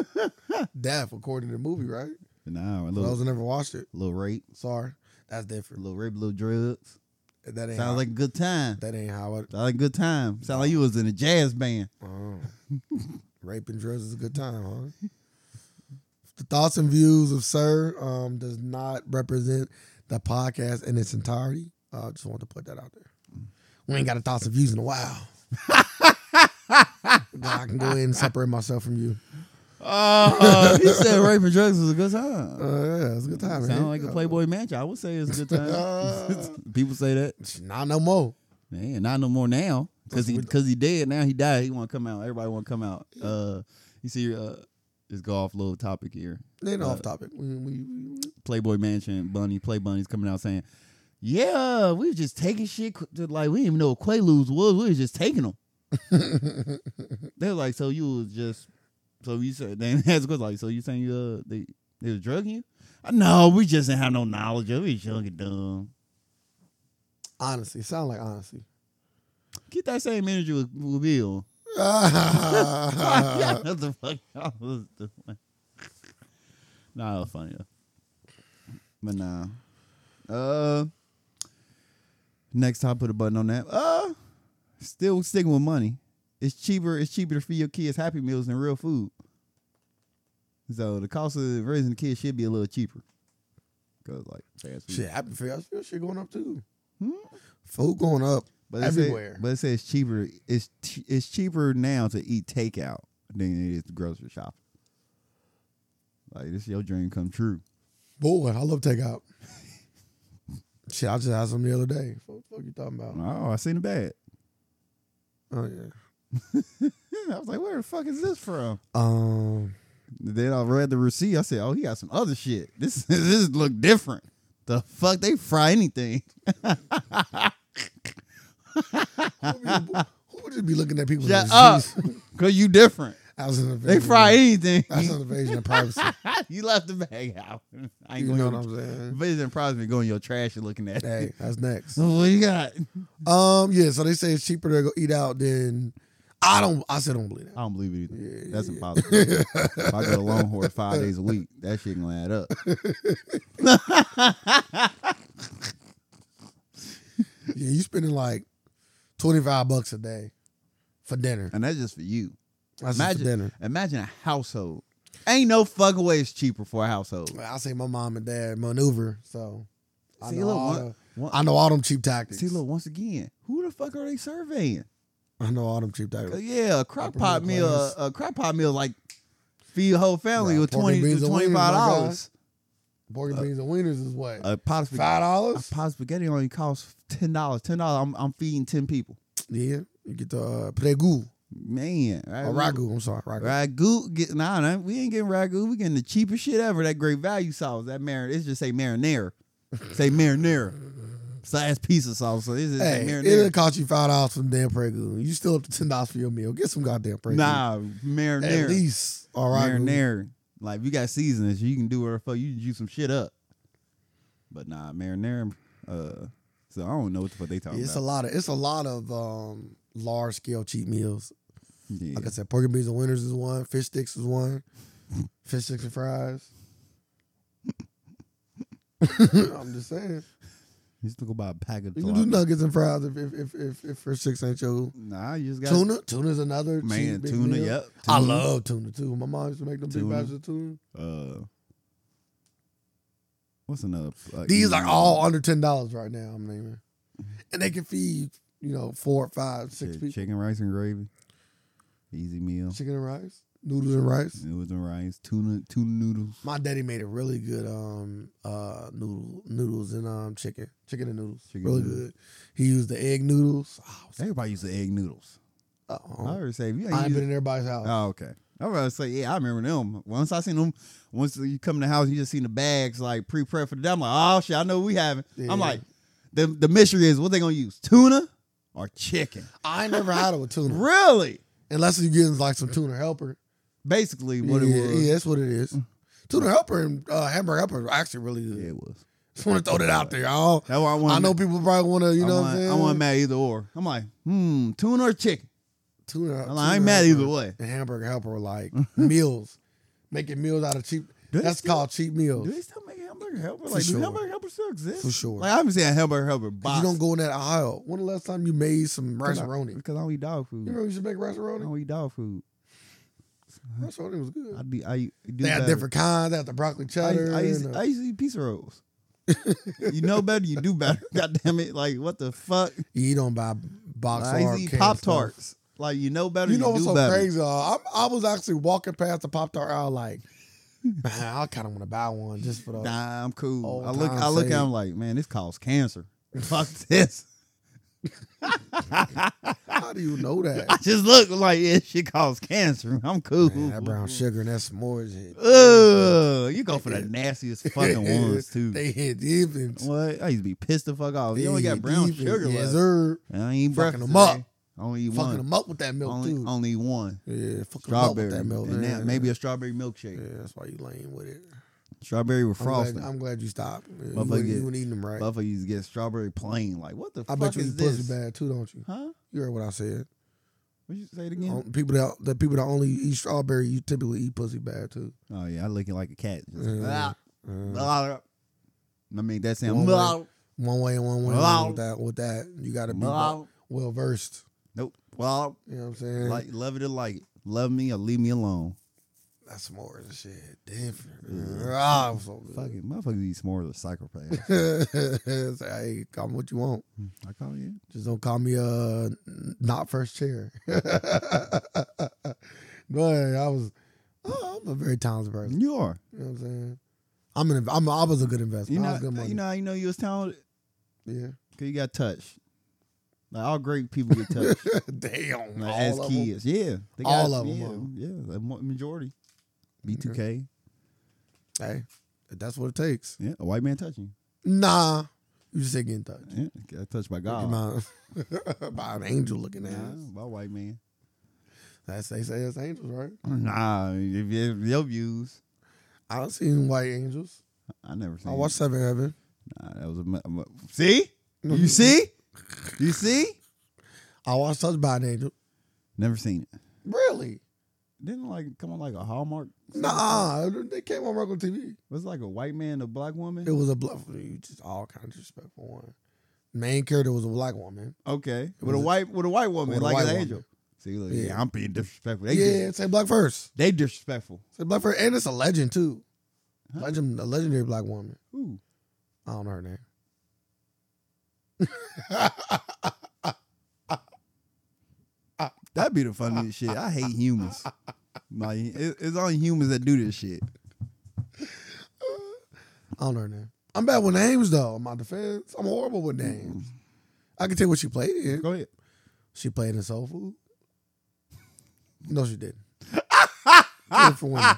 Death, according to the movie, right? nah, a For those little that never watched it, little rape, sorry, that's a different. little rape, little drugs. That ain't how, Sounds like a good time. that ain't how it. Sounds like a good time. Sounds like you was in a jazz band. Oh. Rape and drugs is a good time, huh? The thoughts and views of Sir um, does not represent the podcast in its entirety. I uh, just want to put that out there. We ain't got a thoughts and views in a while. now I can go ahead and separate myself from you. Oh, he said rape and drugs was a good time. Uh, yeah, it's a good time. Sound man. like a Playboy mansion. I would say it's a good time. People say that. Not no more. Man, not no more now. Cause he, cause he dead now. He died. He want to come out. Everybody want to come out. Uh, you see, uh, just go off little topic here. Then off topic. We, we, we, Playboy Mansion, Bunny, Play Bunny's coming out saying, "Yeah, we was just taking shit. qu- to- Like we didn't even know what Quaaludes was. We was just taking them." They're like, "So you was just, so you said they asked us like, so you saying you uh, they they was drugging you?" "Uh, No, we just didn't have no knowledge of it. We was young and dumb. honesty. Sound like honesty. Get that same energy with, with Bill. yeah, what the fuck y'all was doing? Nah, that was funny though. But nah. Uh next time put a button on that. Uh still sticking with money. It's cheaper, it's cheaper to feed your kids happy meals than real food. So the cost of raising the kids should be a little cheaper. Cause like fast food. shit, happy for y'all. Shit going up too. Hmm? Food going up. But it said- Everywhere. but it says it's cheaper. It's t- it's cheaper now to eat takeout than it is to grocery shop. Like this, your dream come true. Boy, I love takeout. Shit, I just had some the other day. What the fuck you talking about? Oh, I seen the bag. Oh yeah. Yeah, I was like, where the fuck is this from? Um, Then I read the receipt. I said, oh, he got some other shit. This this look different. The fuck they fry anything? who would- who would just be looking at people? Shut like, up, "Jeez." cause you different. That's an invasion. uh, They fry anything. Mm-hmm. That's an invasion of privacy. you left the bag out. I ain't you know going. what to I'm saying? But it didn't surprise me going your trash and looking at it. Hey, that's next. So what you got? Um, yeah. So they say it's cheaper to go eat out than I don't. I said I don't believe that. I don't believe it either. Yeah, That's impossible. if I go to Longhorn five days a week, that shit gonna add up. Yeah, you spending like twenty five bucks a day for dinner. And that's just for you. That's just for Imagine, dinner. imagine a household. Ain't no fucking way it's cheaper for a household. I say my mom and dad maneuver, so I See, know, look, all one- the, one- I know all them cheap tactics. see, look, once again, who the fuck are they surveying? I know all them cheap Uh, tactics. yeah, a crock Upper pot middle meal, uh, a crock pot meal, like feed the whole family Nah, with pork twenty and beans to and twenty wings, five my guy. dollars. Pork and beans and wieners is what A pot of spaghetti, five a dollars. pot of spaghetti only costs ten dollars. Ten dollars, I'm, I'm feeding ten people. Yeah, you get the uh, pregu Man, right? or ragu. I'm sorry, ragu. Ragu, get, nah, nah, we ain't getting ragu. We getting the cheapest shit ever. That great value sauce. That marin, it's just say marinara, say marinara. It's the last piece of sauce. So it's just say Hey, it'll marinara. cost you five dollars for the damn pregu. You still up to ten dollars for your meal. Get some goddamn pregu. Nah, at marinara. least all right. marinara. Like if you got seasonings, you can do whatever the fuck you can juice some shit up. But nah, marinara. Uh, so I don't know what the fuck they talking It's a about. lot of it's a lot of um, large scale cheap meals. yeah. Like I said, pork and beans and wieners is one. Fish sticks is one. Fish sticks and fries. I'm just saying. You just go buy a pack of. You can do tilapia. nuggets and fries if if if if, if fish sticks ain't your Nah, you just got tuna. Tuna's another Man, cheap, big tuna. meal. Yep. I tuna. love tuna too. My mom used to make them big Tuna. batches of tuna. Uh, what's another? uh, These are eating- all under ten dollars right now. I'm naming, and they can feed you know four, five, six Shit, people. Chicken rice and gravy, easy meal. Chicken and rice, noodles and rice. Noodles and rice, tuna, tuna noodles. My daddy made a really good um uh noodle noodles and um chicken chicken and noodles Chicken really noodles. good. He used the egg noodles. Oh, I was like, Everybody used the egg noodles. uh-oh. I already say if you ain't I ain't used- Oh. been in everybody's house. Oh, okay. I was about to say, yeah, I remember them. Once I seen them, once you come in the house, you just seen the bags like pre prepped for the day. I'm like, oh shit, I know what we having. Yeah. I'm like, the the mystery is what they gonna use, tuna or chicken? I ain't never had it with tuna Really? unless you getting like some tuna helper. Basically, what yeah, it was. Mm. yeah, that's what it is. Tuna helper and uh, hamburger helper are actually really good. Yeah, it was. Just want to throw that out there. I, don't, That's why I want. I know people probably want to you I know what want, I'm saying. I want mad either or. I'm like, hmm, tuna or chicken. tuna. I'm like, I ain't tuna mad helper either way. And hamburger helper like meals, making meals out of cheap. Do they That's still- called cheap meals. Do they still make hamburger helper? Like, do sure. hamburger helper still exist? For sure. Like, I haven't seen a hamburger helper box. You don't go in that aisle. When the last time you made some rasaroni? because I don't eat dog food. You remember you used to make I rasaroni? don't eat dog food. Rasaroni was Oh, I good. be I do They had better. different kinds. They had the broccoli I cheddar. used, I, used, and, I uh, used to eat pizza rolls. you know better, you do better. God damn it! Like what the fuck? you don't buy box I used or to eat canned pop stuff. tarts. Like you know better, You you, know what's do so better. crazy? Uh, I, I was actually walking past the pop tart aisle like, man, I kind of want to buy one just for the. Nah, I'm cool. Old I look, time I look at saying. him like, man, this causes cancer. Fuck this. How do you know I that? just look like yeah, shit causes cancer. I'm cool. Man, that brown sugar and that s'mores hit. Ugh, you go for the nastiest fucking ones too. They hit the infants. What? I used to be pissed the fuck off. You only They got hit brown the infants. sugar Yes, left. sir. I don't eat Fucking breakfast them up. today. I only eat Fucking one. them up with that milk Only, too. only one. Yeah, fucking up Strawberry. with that milk. and yeah. that, maybe a strawberry milkshake. yeah, that's why you lame with it. Strawberry with I'm glad, frosting. I'm glad you stopped. Yeah, You Motherfucker wouldn't, get- you wouldn't eat them right. Buffalo used to get strawberry plain. Like, what the I fuck bet you is eat this? pussy bad too, don't you? Huh? You heard what I said. What you say it again? Um, people that the people that only eat strawberry, you typically eat pussy bad too. Oh, yeah. I lick it like a cat. Just, Mm. "Ah, Mm. blah." I mean, that sound. One Blah, One way and one way Well, with that. With that, you got to be blah. well versed. Nope. Well, You know what I'm saying? like, love it or like it. Love me or leave me alone. That's s'mores and shit. Different. Ah, I'm so good. Fucking motherfuckers these s'mores are psychopaths. Say, hey, call me what you want. I call you. Just don't call me uh n- not first chair. but I was oh, I'm a very talented person. You are. You know what I'm saying? I'm an I'm I was a good investment. You I know, was good money. you know how you know you was talented? yeah. Cause you got touched. Like all great people get touched Damn. like, all as of 'em. kids. Yeah, they All of 'em, Yeah, huh? yeah, the mo- majority. B2K. Hey, if that's what it takes. Yeah, a white man touching. Nah. You just said get in touch. Yeah, got touched by Look God. at my- by an angel looking ass. Nah, by white man. That's they say it's angels, right? Nah, if you- if your views. I don't seen white angels. I never seen. I watched Seven Heaven. it. Nah, that was a, mu- a mu- see. You see, you see. I watched Touched by an Angel. Never seen it. Really? Didn't like come on like a Hallmark. Nah, they came on regular TV. Was it like a white man, and a black woman. It was a bluff. You just all kind of disrespectful one. Main character was a black woman okay, with was a a- white with a white woman, With a like white an woman. angel. See, look, yeah. Yeah. I'm being disrespectful. They, dis- yeah, say black first. they disrespectful. Say black first, and it's a legend too. Huh? Legend, a legendary black woman. Ooh. I don't know her name. That'd be the funniest shit. I hate humans. My, it, it's only humans that do this shit. I don't know her name. I'm bad with names though. In my defense, I'm horrible with names. I can tell what she played in. Mm. Go ahead. She played in Soul Food. No, she didn't. Two different women.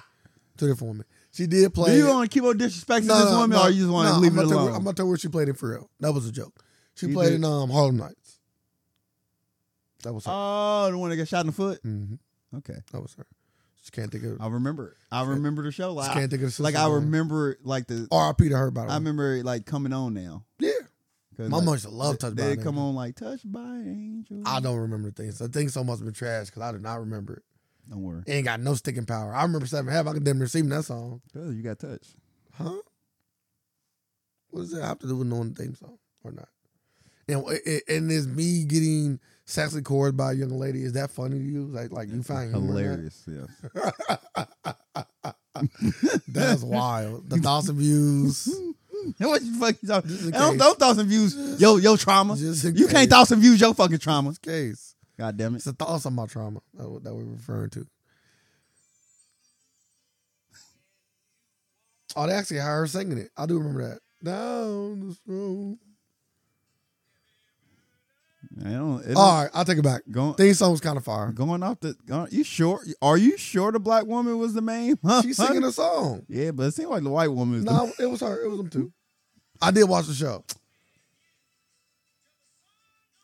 Two different women. She did play. Do you want to keep on disrespecting this woman, or you just want to no, leave I'm it about to- I'm alone? about to tell where she played in for real. That was a joke. She You played did. in um, Harlem Nights. That was her. Oh, the one that got shot in the foot. hmm Okay, That was her. She can't think of. I remember. It. I remember the show. She Like, I, can't think of. The like I sister's name. remember, like the R.I.P. to her. By the way. I remember it, like coming on now. yeah. 'Cause, My like, mom used to love Touch they, by Your They come Name. on like touched by an angel. I don't remember the things. The things so must have been trash because I do not remember it. Don't worry, It ain't got no sticking power. I remember Seven Half. I could damn near sing that song. Cause you got touched. Huh? What does that have to do with knowing the theme song or not? And it, and is me getting sexually courted by a young lady is that funny to you? Like like you find humor in that? Hilarious. Yes. That's wild. The thousand views. what you fucking talking? Just in Don't, case. don't thousand views. Yo, yo, trauma. Just in You case. can't thousand views your fucking trauma. Case. God damn it. It's a thousand my trauma that, we- that we're referring to. Oh, they actually hired her singing it. I do remember that. Down this road. I don't. It All right, I'll take it back. Going, Theme song was kind of fire. going off the. Going, you sure? Are you sure the black woman was the main? Huh? She's singing a song. Yeah, but it seemed like the white woman. Is No, it was her. It was them two. I did watch the show.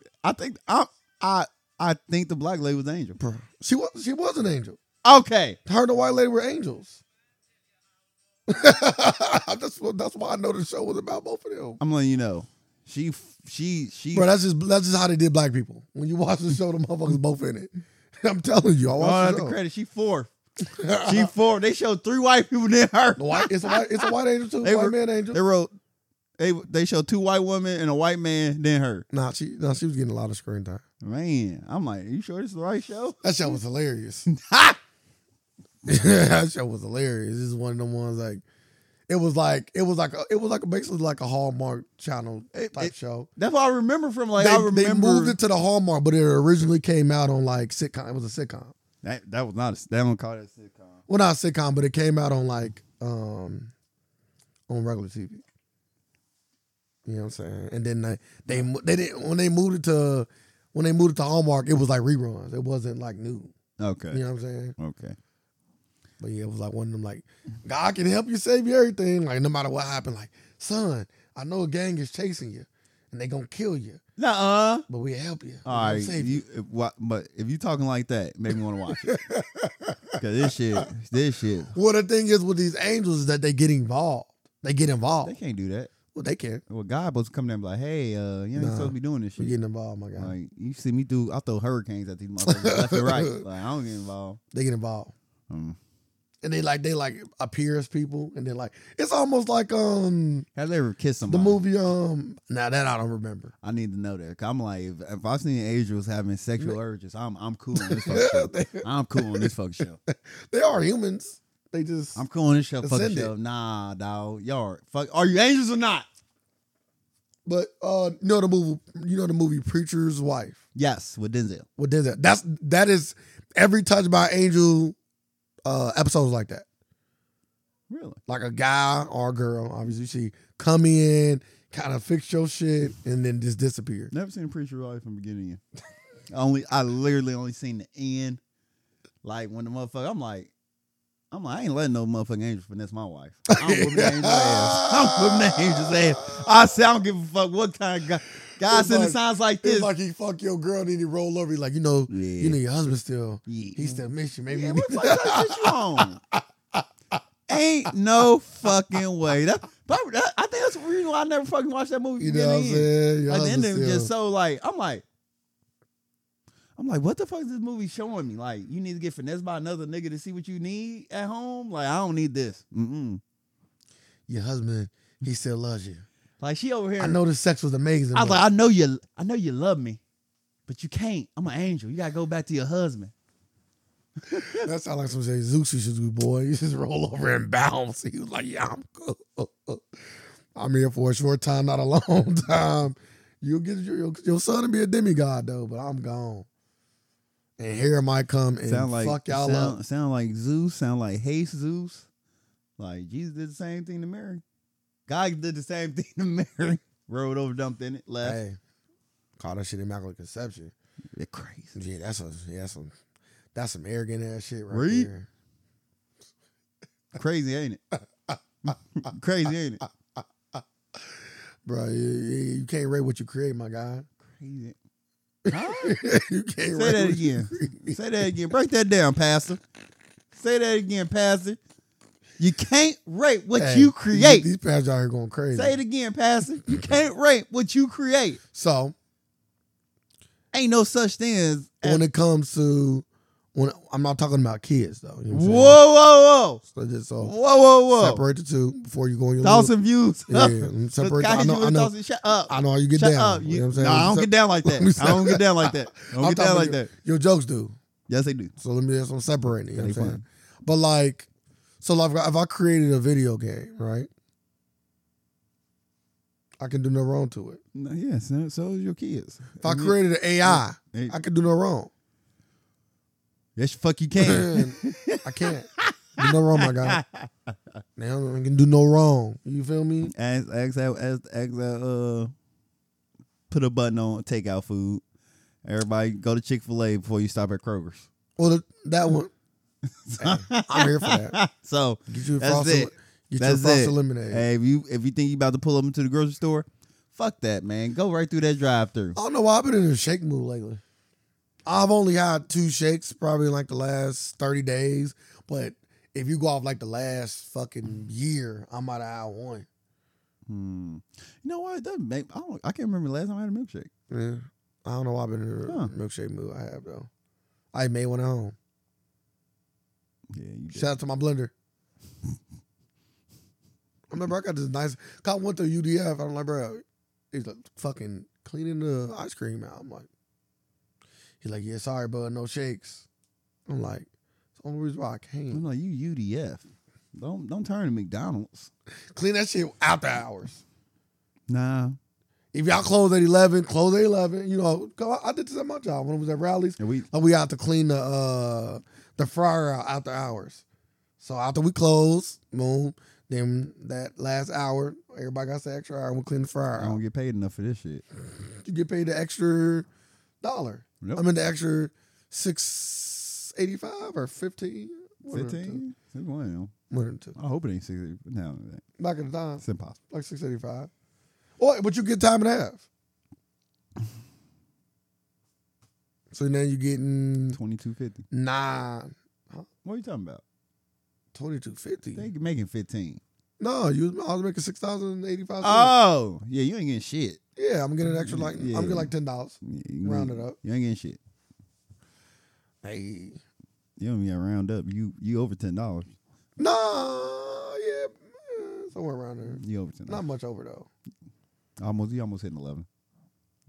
the, I think I I I think the black lady was the angel. Bruh. She was she was an angel. Okay, Her and the white lady were angels. that's what- that's why I know the show was about both of them. I'm letting you know. She f- she she. Bro, that's just that's just how they did black people. When you watch the show, the motherfuckers both in it. I'm telling you, I oh, at watched the the, credit. She fourth. show. She fourth. They showed three white people then her. The white, it's a white, it's a white angel too. They white were- man angel. They wrote. They they showed two white women and a white man then her. Nah, she nah, she was getting a lot of screen time. Man, I'm like, you sure this is the right show? That show was hilarious. Ha! that show was hilarious. This is one of the ones like, it was like it was like a, it was like a, basically like a Hallmark Channel It- type it- show. That's what I remember from like they, I they remember moved it to the Hallmark, but it originally came out on like sitcom. It was a sitcom. that that was not a, they don't call that a sitcom. Well, not a sitcom, but it came out on like um on regular TV. You know what I'm saying? And then they they, mo- they didn't when they moved it to when they moved it to Hallmark, it was like reruns. It wasn't like new. Okay, You know what I'm saying? okay. But yeah, it was like one of them like God can help you save you everything. Like no matter what happened, like son, I know a gang is chasing you and they gonna kill you, Nuh-uh. but we help you. All right, We save you. you, if, wha- but if you talking like that, make me want to watch it. Cause this shit, this shit, Well, the thing is with these angels is that they get involved. They get they involved. can't do that. Well, they can. Well, God supposed to come there and be like, hey, uh, you ain't Nah. supposed to be doing this We're shit. getting involved, my guy. Like, you see me do, I throw hurricanes at these motherfuckers left and right. Like, I don't get involved. They get involved. Mm. And they like they like appear as people and they're like it's almost like um Have they ever kissed the somebody? movie um now that I don't remember. I need to know that. 'Cause I'm like, if, if I've seen angels having sexual urges, I'm I'm cool on this fuck show. they, I'm cool on this fuck show. they are humans. They just I'm cool on this show. Fuck Send it. show. Nah, dog. Y'all, are- fuck. Are you angels or not? but uh you know the movie you know the movie Preacher's Wife Yes, with Denzel. with Denzel. That's that is every touch by angel uh episodes like that. Really? like a guy or a girl, obviously she come in, kind of fix your shit, and then just disappear. Never seen a preacher live from beginning to end. only I literally only seen the end. Like when the motherfucker, I'm like, I'm like, I ain't letting no motherfucking angel finesse my wife. I'm whooping the angel's ass. I'm whooping the angel's ass. I say I don't give a fuck what kind of guy. God It's sending like- signs like It's this. like he fuck your girl, then he roll over. He like, you know, Yeah. you know your husband still, yeah. he still miss you. Maybe yeah, you what need the fuck kind of shit you on? Ain't no fucking way. That, but that- I think that's the reason why I never fucking watched that movie. you from know what I'm beginning to end. saying? Your Like the husband ending was still- just so like I'm like I'm like, what the fuck is this movie showing me? Like, you need to get finessed by another nigga to see what you need at home. Like, I don't need this. Mm-mm. your husband, he still loves you. Like, she over here. I know the sex was amazing. I was but like, I know you. I know you love me, But you can't. I'm an angel. You gotta go back to your husband. That sounds like some say Zeus used to do, boy. You just roll over and bounce. He was like, yeah, I'm good. I'm here for a short time, not a long time. You'll get your, your, your son to be a demigod, though, but I'm gone. And here might come and sound like fuck y'all sound, up. sound like Zeus. Sound like Jesus. Like Jesus did the same thing to Mary. God did the same thing to Mary. Rode over, dumped in it, left. Hey, call that shit immaculate conception. They're crazy. Yeah, that's a, yeah, that's some that's some arrogant ass shit right Read. there. Crazy, ain't it? crazy, ain't it? Bro, you, you you can't rate what you create, my guy. Crazy. you can't Say rate that what you again. Say that again. Break that down, Pastor. Say that again, Pastor. You can't rape what Hey, you These, create. these pastors out here going crazy. Say it again, Pastor. You can't rape what you create. So Ain't no such thing as. when it comes to when I'm not talking about kids though. You know whoa, what I'm whoa, saying? So just whoa. so Whoa, whoa, whoa. Oh. separate the two before you go on your Thoughts little, and views. Yeah, I'm separate. I know, I know, Shut up. I know how you get Shut down. up. you know what I'm saying? Nah, I don't get down like Let me that. I don't say- get down like that. I don't I'm get down talking like your, that. Your jokes do. Yes, they do. So let me that's what I'm separating. You know That what I'm ain't saying? But like, so like if I- if I created a video game, right? I can do no wrong to it. No, yes, so, so is your kids. If I created an AI, Hey, I can do no wrong. yes, fuck you can. I can't. Do no wrong, my guy. Now I can do no wrong. You feel me? ask, ask, that- ask, ask that, uh, put a button on takeout food. Everybody go to Chick Fil A before you stop at Kroger's. Well, th- that one. Hey, I'm here for that. So Get you a That's frosted, it. get That's your frosted it. lemonade. hey, if you if you think you about to pull up into the grocery store, fuck that, man. Go right through that drive through. I don't know why I've been in a shake mood lately. I've only had two shakes probably in like the last 30 days. But if you go off like the last fucking year, I might have had one. Hmm. You know what? It doesn't make. I don't. I can't remember the last time I had a milkshake. Yeah. I don't know why I've been in a Huh. milkshake mood I have though. I made one at home. Yeah, you did. Shout out to my blender. I remember I got this nice I went to UDF. I'm like, bro, he's like fucking cleaning the ice cream out. I'm like, he's like, yeah, sorry, bud, no shakes. I'm like, it's the only reason why I I'm came. like you UDF. Don't don't turn to McDonald's. Clean that shit after hours. Nah. If y'all close at eleven, close at eleven. You know, 'cause I I did this at my job when it was at rallies. And we Like we out to clean the uh the fryer out after hours. So after we close, boom, then that last hour, everybody got the extra hour, we clean the fryer I don't out. get paid enough for this shit. You get paid the extra dollar. Mm-hmm. Yep. I mean the extra six eighty five or fifteen. One of the two. Fifteen? It's one of them. One of the two. I hope it ain't sixty. No, Back in the time, it's impossible. like six eighty five. Or but you get time and a half. So now you're getting Twenty two fifty. nine What are you talking about? twenty two fifty. They making fifteen. No, you was, I was making six thousand and eighty five. Oh, yeah, you ain't getting shit. yeah, I'm getting an extra like Yeah. I'm getting like ten dollars. Yeah, you Round ain't- it up. You ain't getting shit. Hey, You don't even gotta round up. You you over ten dollars. no, yeah, eh, somewhere around there. You over ten. Not much over though. Almost you almost hitting eleven.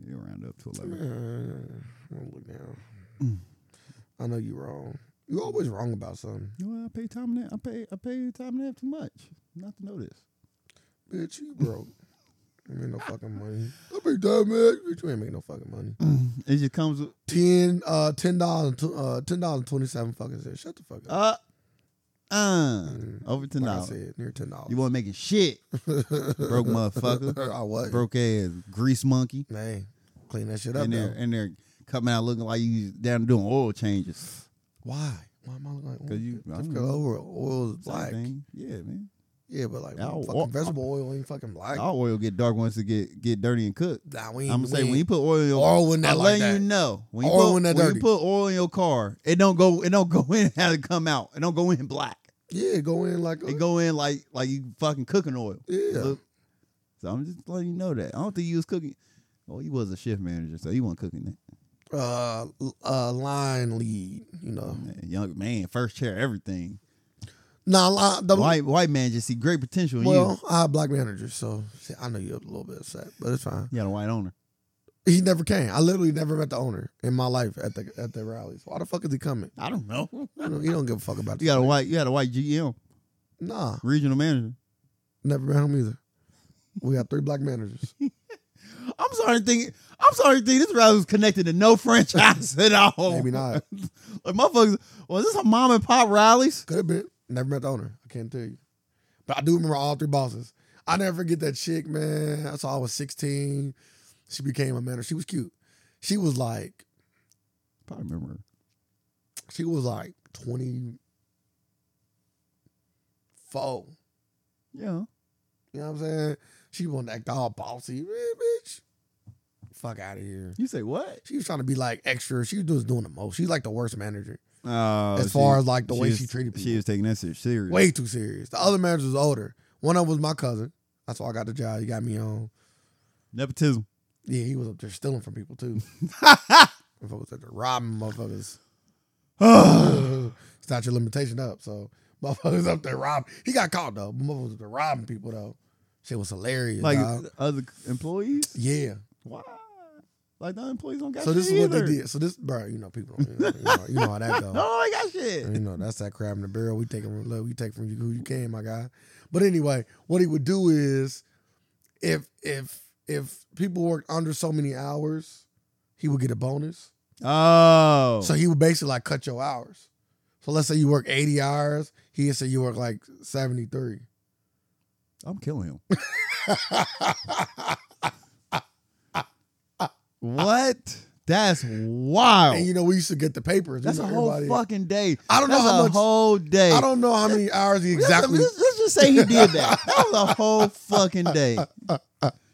You round up to eleven. Eh, I'm gonna look down. Mm. I know you wrong. You always wrong about something, You know what? I pay time and a- I pay I pay time and a half too much. Not to know this. bitch. You broke. I ain't no fucking money. I be dumb, man. Bitch, you ain't making no fucking money. It just comes with Ten, uh, ten dollars, uh, ten dollars twenty seven fucking cents. Shut the fuck up. uh uh Mm, over ten like I dollars. said, near ten dollars. you wasn't making shit. Broke motherfucker. I was. Broke ass grease monkey. Man, clean that shit up. And they're Though. and they're coming out looking like you down doing oil changes. Why? Why am I looking like oil? 'Cause you- I just don't because know. oil, oil is Same black. thing. Yeah, man. Yeah, but like Ow, fucking oil- vegetable oil ain't fucking black. All oil get dark once it get get dirty and cooked. Nah, we ain't. I'm gonna say when you ain't- put oil in your oil wasn't that I'm like letting that. you know when you, Oil put, wasn't that when dirty. you put oil in your car, it don't go it don't go in how it come out. It don't go in black. yeah, go in like. It go in like like you fucking cooking oil. yeah, Look. So I'm just letting you know that. I don't think you was cooking. Well, you was a shift manager, so you wasn't cooking that. uh, uh, line lead. You know, Man, young man, first chair, everything. nah, line, the, White white man just see great potential in well, I have black managers, so see, I know you're a little bit upset, but it's fine. you. You got a white owner. He never came. I literally never met the owner in my life at the at the rallies. Why the fuck is he coming? I don't know. You don't, you don't give a fuck about You this. got a white, you got a white GM, Nah, regional manager. never met him either. We got three black managers. I'm sorry to think. I'm sorry to think this rally was connected to no franchise at Oh, all. Maybe not. Like motherfuckers, was this a mom and pop rallies? Could have been. Never met the owner. I can't tell you. But I do remember all three bosses. I never forget that chick, man. That's all I was 16. She became a manager. She was cute. She was like, Probably remember. she was like 24. Yeah. You know what I'm saying? She wanted to act all bossy. Man, bitch. Fuck out of here. You say what? She was trying to be like extra. She was just doing the most. She's like the worst manager. Uh, as far as like the way was- Oh, she treated people. she was taking that shit serious. Way too serious. The other manager was older. One of them was my cousin. That's why I got the job. He got me on. nepotism. Yeah, he was up there stealing from people too. motherfuckers up there robbing motherfuckers. it's not your limitation up. So motherfuckers up there robbing. He got caught though. Motherfuckers up there robbing people though. Shit was hilarious. like dog. other employees. yeah. Why? Like the employees don't got. So this shit is what they either. did. So this, bro, you know people don't. You know, you know, you know how that goes. No, they got shit. You know, that's that crab in the barrel. We take from look, we take from you who you can, my guy. But anyway, what he would do is if if if people worked under so many hours, he would get a bonus. Oh, So he would basically like cut your hours. So let's say you work 80 hours, he'd say you work like 73. I'm killing him. what? That's And wild. you know, we used to get the papers. Oh. We That's a know whole everybody- fucking day. I don't know That's how a much- whole day. I don't know how many hours he Let's- exactly Let's, let's just say he did that. That was a whole fucking day.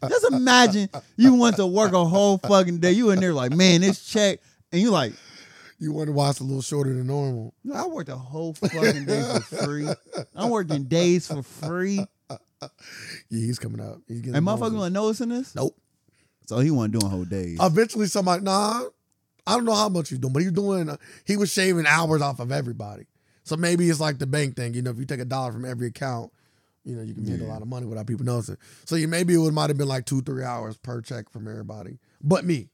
Just imagine you went to work a whole fucking day. You in there like, man, this check, and you like, you wonder why it's a little shorter than normal. "No, I worked a whole fucking day for free. I'm working days for free, Yeah, he's coming up. He's getting and bonuses. motherfuckers gonna notice in this. Nope. So he wasn't doing whole days. Eventually, somebody, nah, I don't know how much he's doing, but he's doing, he was shaving hours off of everybody. So maybe it's like the bank thing, you know, if you take a dollar from every account, you know, you can make a Yeah. lot of money without people noticing. So you maybe it would might have been like two, three hours per check from everybody, but me.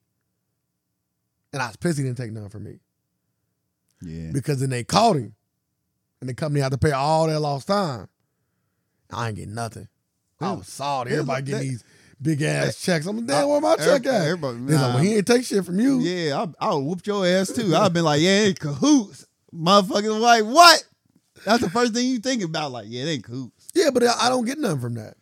And I was pissed he didn't take none from me yeah. because then they caught him, and the company had to pay all that lost time. I ain't getting nothing. I Dude, was salty. there's a- Everybody getting there- these big ass checks. I'm like, damn, where my check at? Everybody, He's like, eh, nah. well, he ain't take shit from you. yeah, I, I would whoop your ass too. I've been like, yeah, they in cahoots. Motherfuckers like, what? That's the first thing you think about. Like, yeah, they in cahoots. Yeah, but I I don't get nothing from that.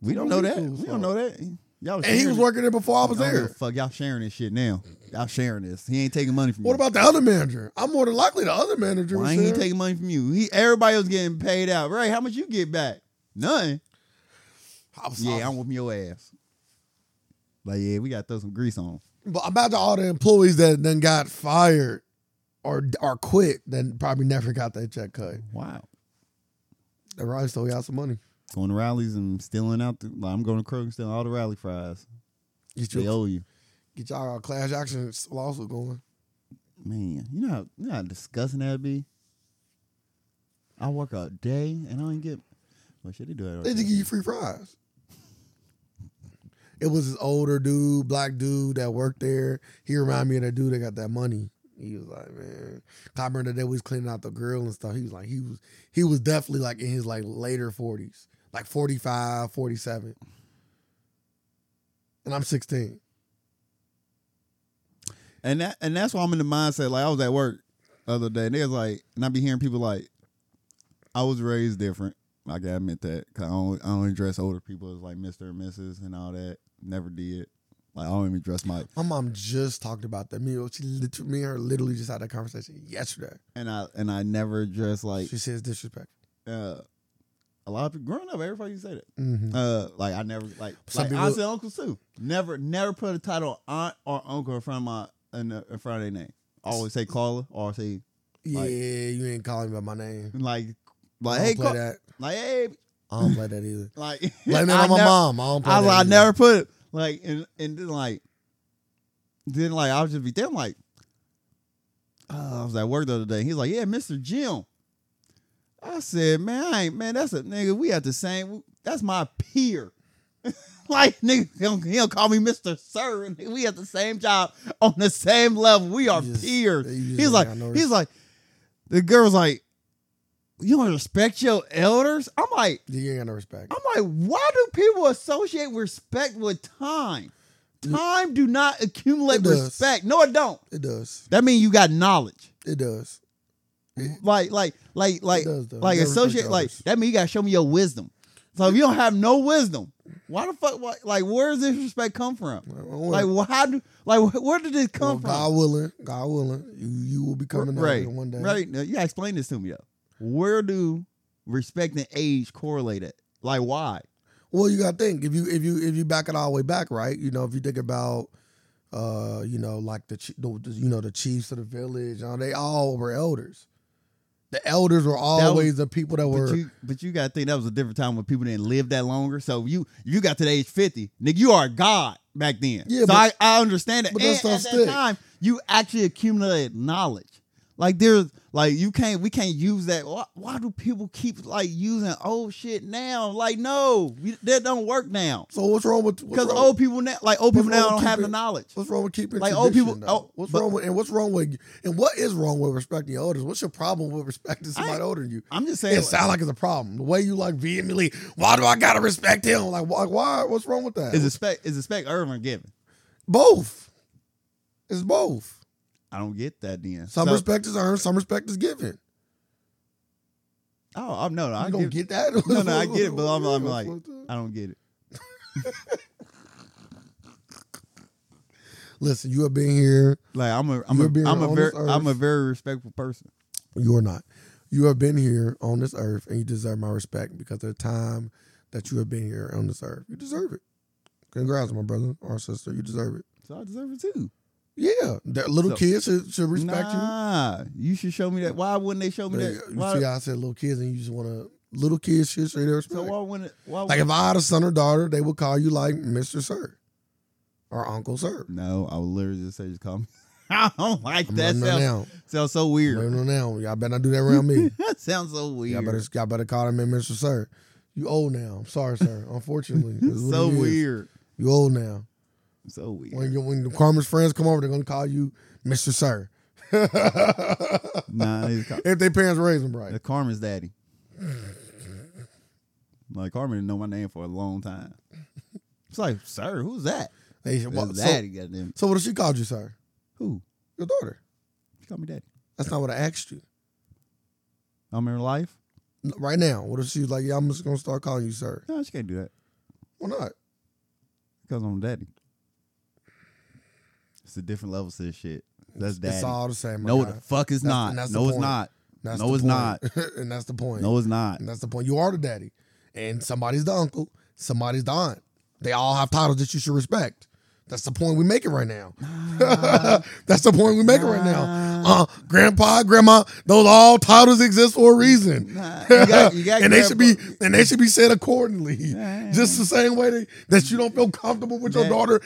We don't know that. We don't know that. Y'all was And he sharing was it. working there before I was I don't give a there. Fuck, y'all sharing this shit now. Y'all sharing this. He ain't taking money from What you. about the other manager? I'm more than likely the other manager. Why was ain't he there. taking money from you? He everybody else getting paid out. Right? How much you get back? None. I was Yeah, salty. I'm whooping your ass. Like, yeah, we gotta throw some grease on. But imagine all the employees that then got fired or or quit, then probably never got that check cut. Wow. They probably stole out some money. Going to rallies and stealing out the like, I'm going to Kroger and stealing all the rally fries. Get They your, owe you. get y'all a class action lawsuit going. Man, you know how you know how disgusting that'd be? I work a day and I don't get well shit they do that. They just give you free fries. It was this older dude, black dude that worked there. He reminded me of that dude that got that money. He was like, man. I remember that day we was cleaning out the grill and stuff. He was like, he was he was definitely like in his like later 40s, like 45, 47. And I'm 16. And that and that's why I'm in the mindset. Like I was at work the other day, and they was like, and I be hearing people like, I was raised different. I gotta admit that because I only I only dress older people as like Mister and Mrs. and all that. Never did. Like I don't even dress my My mom just talked about that. Me, she lit- me and her literally just had that conversation yesterday. and I and I never dress like She says disrespect. uh a lot of people growing up. Everybody used to say that. Mm-hmm. Uh, like I never like Some like people- aunts and uncles too. Never never put a title aunt or uncle in front of my in, the- in front of their name. Always say caller or say Yeah, Like- you ain't calling me by my name. like I like don't hey play call, that. like hey I don't play that either. Like, Blame it I on my never- mom. I don't play I, that I either. never put it like and and then like then like I was just be there. I'm like, uh, I was at work the other day. He's like, yeah, Mr. Jim. I said, man, I ain't man. That's a nigga. We at the same. That's my peer. Like nigga, he'll, he'll call me Mister Sir, and we at the same job on the same level. We are You just- peers. you just He's like, like, I know he's this- like, the girl's like, you don't respect your elders. I'm like, You ain't got no respect. I'm like, why do people associate respect with time? Time do not accumulate It does. respect. No, it don't. It does. That means you got knowledge. It does. Like, like, like, like, does, though. like You gotta respect associate. Like others. that means you got to show me your wisdom. So if you don't have no wisdom, why the fuck? Why, like, where does this respect come from? Like, Like, wh- how do? Like, wh- where did this come God from? willing, God willing, you, you will be coming down right, here one day. right. Now, you gotta explain this to me, though. Where do respect and age correlate at? Like, why? Well, you gotta think if you if you if you back it all the way back, right? You know, if you think about, uh, you know, like the, chi- the the- you know the chiefs of the village, you know, they all were elders. The elders were always the people that were. But you, but you gotta think that was a different time when people didn't live that longer. So you you got to the age fifty, nigga, you are a god back then. Yeah, so but- I, I understand that. but and that at stuff that stick. time, you actually accumulated knowledge. Like there's like you can't we can't use that. Why, why do people keep like using old shit now? Like no, we, that don't work now. so what's wrong with what's Because wrong- old people now, like old what's people now wrong don't with have the keeping- knowledge. What's wrong with keeping Like, old people- tradition, oh, though? what's but- wrong with and what's wrong with and what is wrong with respecting your elders? What's your problem with respecting somebody older than you? I'm just saying. It sounds like it's a problem. The way you like vehemently, why do I gotta respect him? Like why? why what's wrong with that? is it spec is it spec Irvin given? both? It's both. I don't get that then. Some so, respect is earned, some respect is given. oh, I'm no, no, You I don't give, get that? No, no, I get it, but I'm- I'm like- I don't get it. listen, you have been here. Like I'm a I'm You're a being I'm a on very this earth. I'm a very respectful person. You are not. You have been here on this earth, and you deserve my respect because of the time that you have been here on this earth. You deserve it. Congrats, my brother or sister. You deserve it. So I deserve it too. Yeah, that little So- kids should, should respect you. nah, you. should show me that. Why wouldn't they show me But that? you Why, see, how I said little kids, and you just want to little kids should show their respect. so why wouldn't? Why like if I had a son or daughter, they would call you like Mister Sir or Uncle Sir. no, I would literally just say just call me. I don't like I'm that. letting them Sounds, down. sounds so I'm weird. letting them down. Y'all better not do that around me. that sounds so weird. Y'all better, y'all better call him in, Mr. Sir. You old now. I'm sorry, sir. Unfortunately, It's what so it is. weird. You old now. So When weird. you, when the Karma's friends come over, they're gonna call you Mr. Sir. if Nah, it's Car- their parents raise them right. the Carmen's daddy. Like Carmen didn't know my name for a long time. It's like, sir, who's that? They should- Well, well, so, daddy, goddamn. so what if she called you sir? Who? Your daughter. She called me daddy. That's not what I asked you. I'm in her life. N- Right now, what if she's like, yeah, I'm just gonna start calling you sir? No, she can't do that Why not? because I'm daddy. It's a different level to this shit. That's daddy. It's all the same. my no, guy. the fuck is That's the- not. that's the no, it's point. not. That's no, the it's point. not. and that's the point. No, it's not. And that's the point. You are the daddy. And somebody's the uncle, somebody's the aunt. They all have titles that you should respect. That's the point we make it right now. that's the point we make it right now. Uh, grandpa, grandma, those all titles exist for a reason. Nah, you got- you got and they should be grandpa- and they should be said accordingly. Yeah. Just the same way they, that you don't feel comfortable with your That- daughter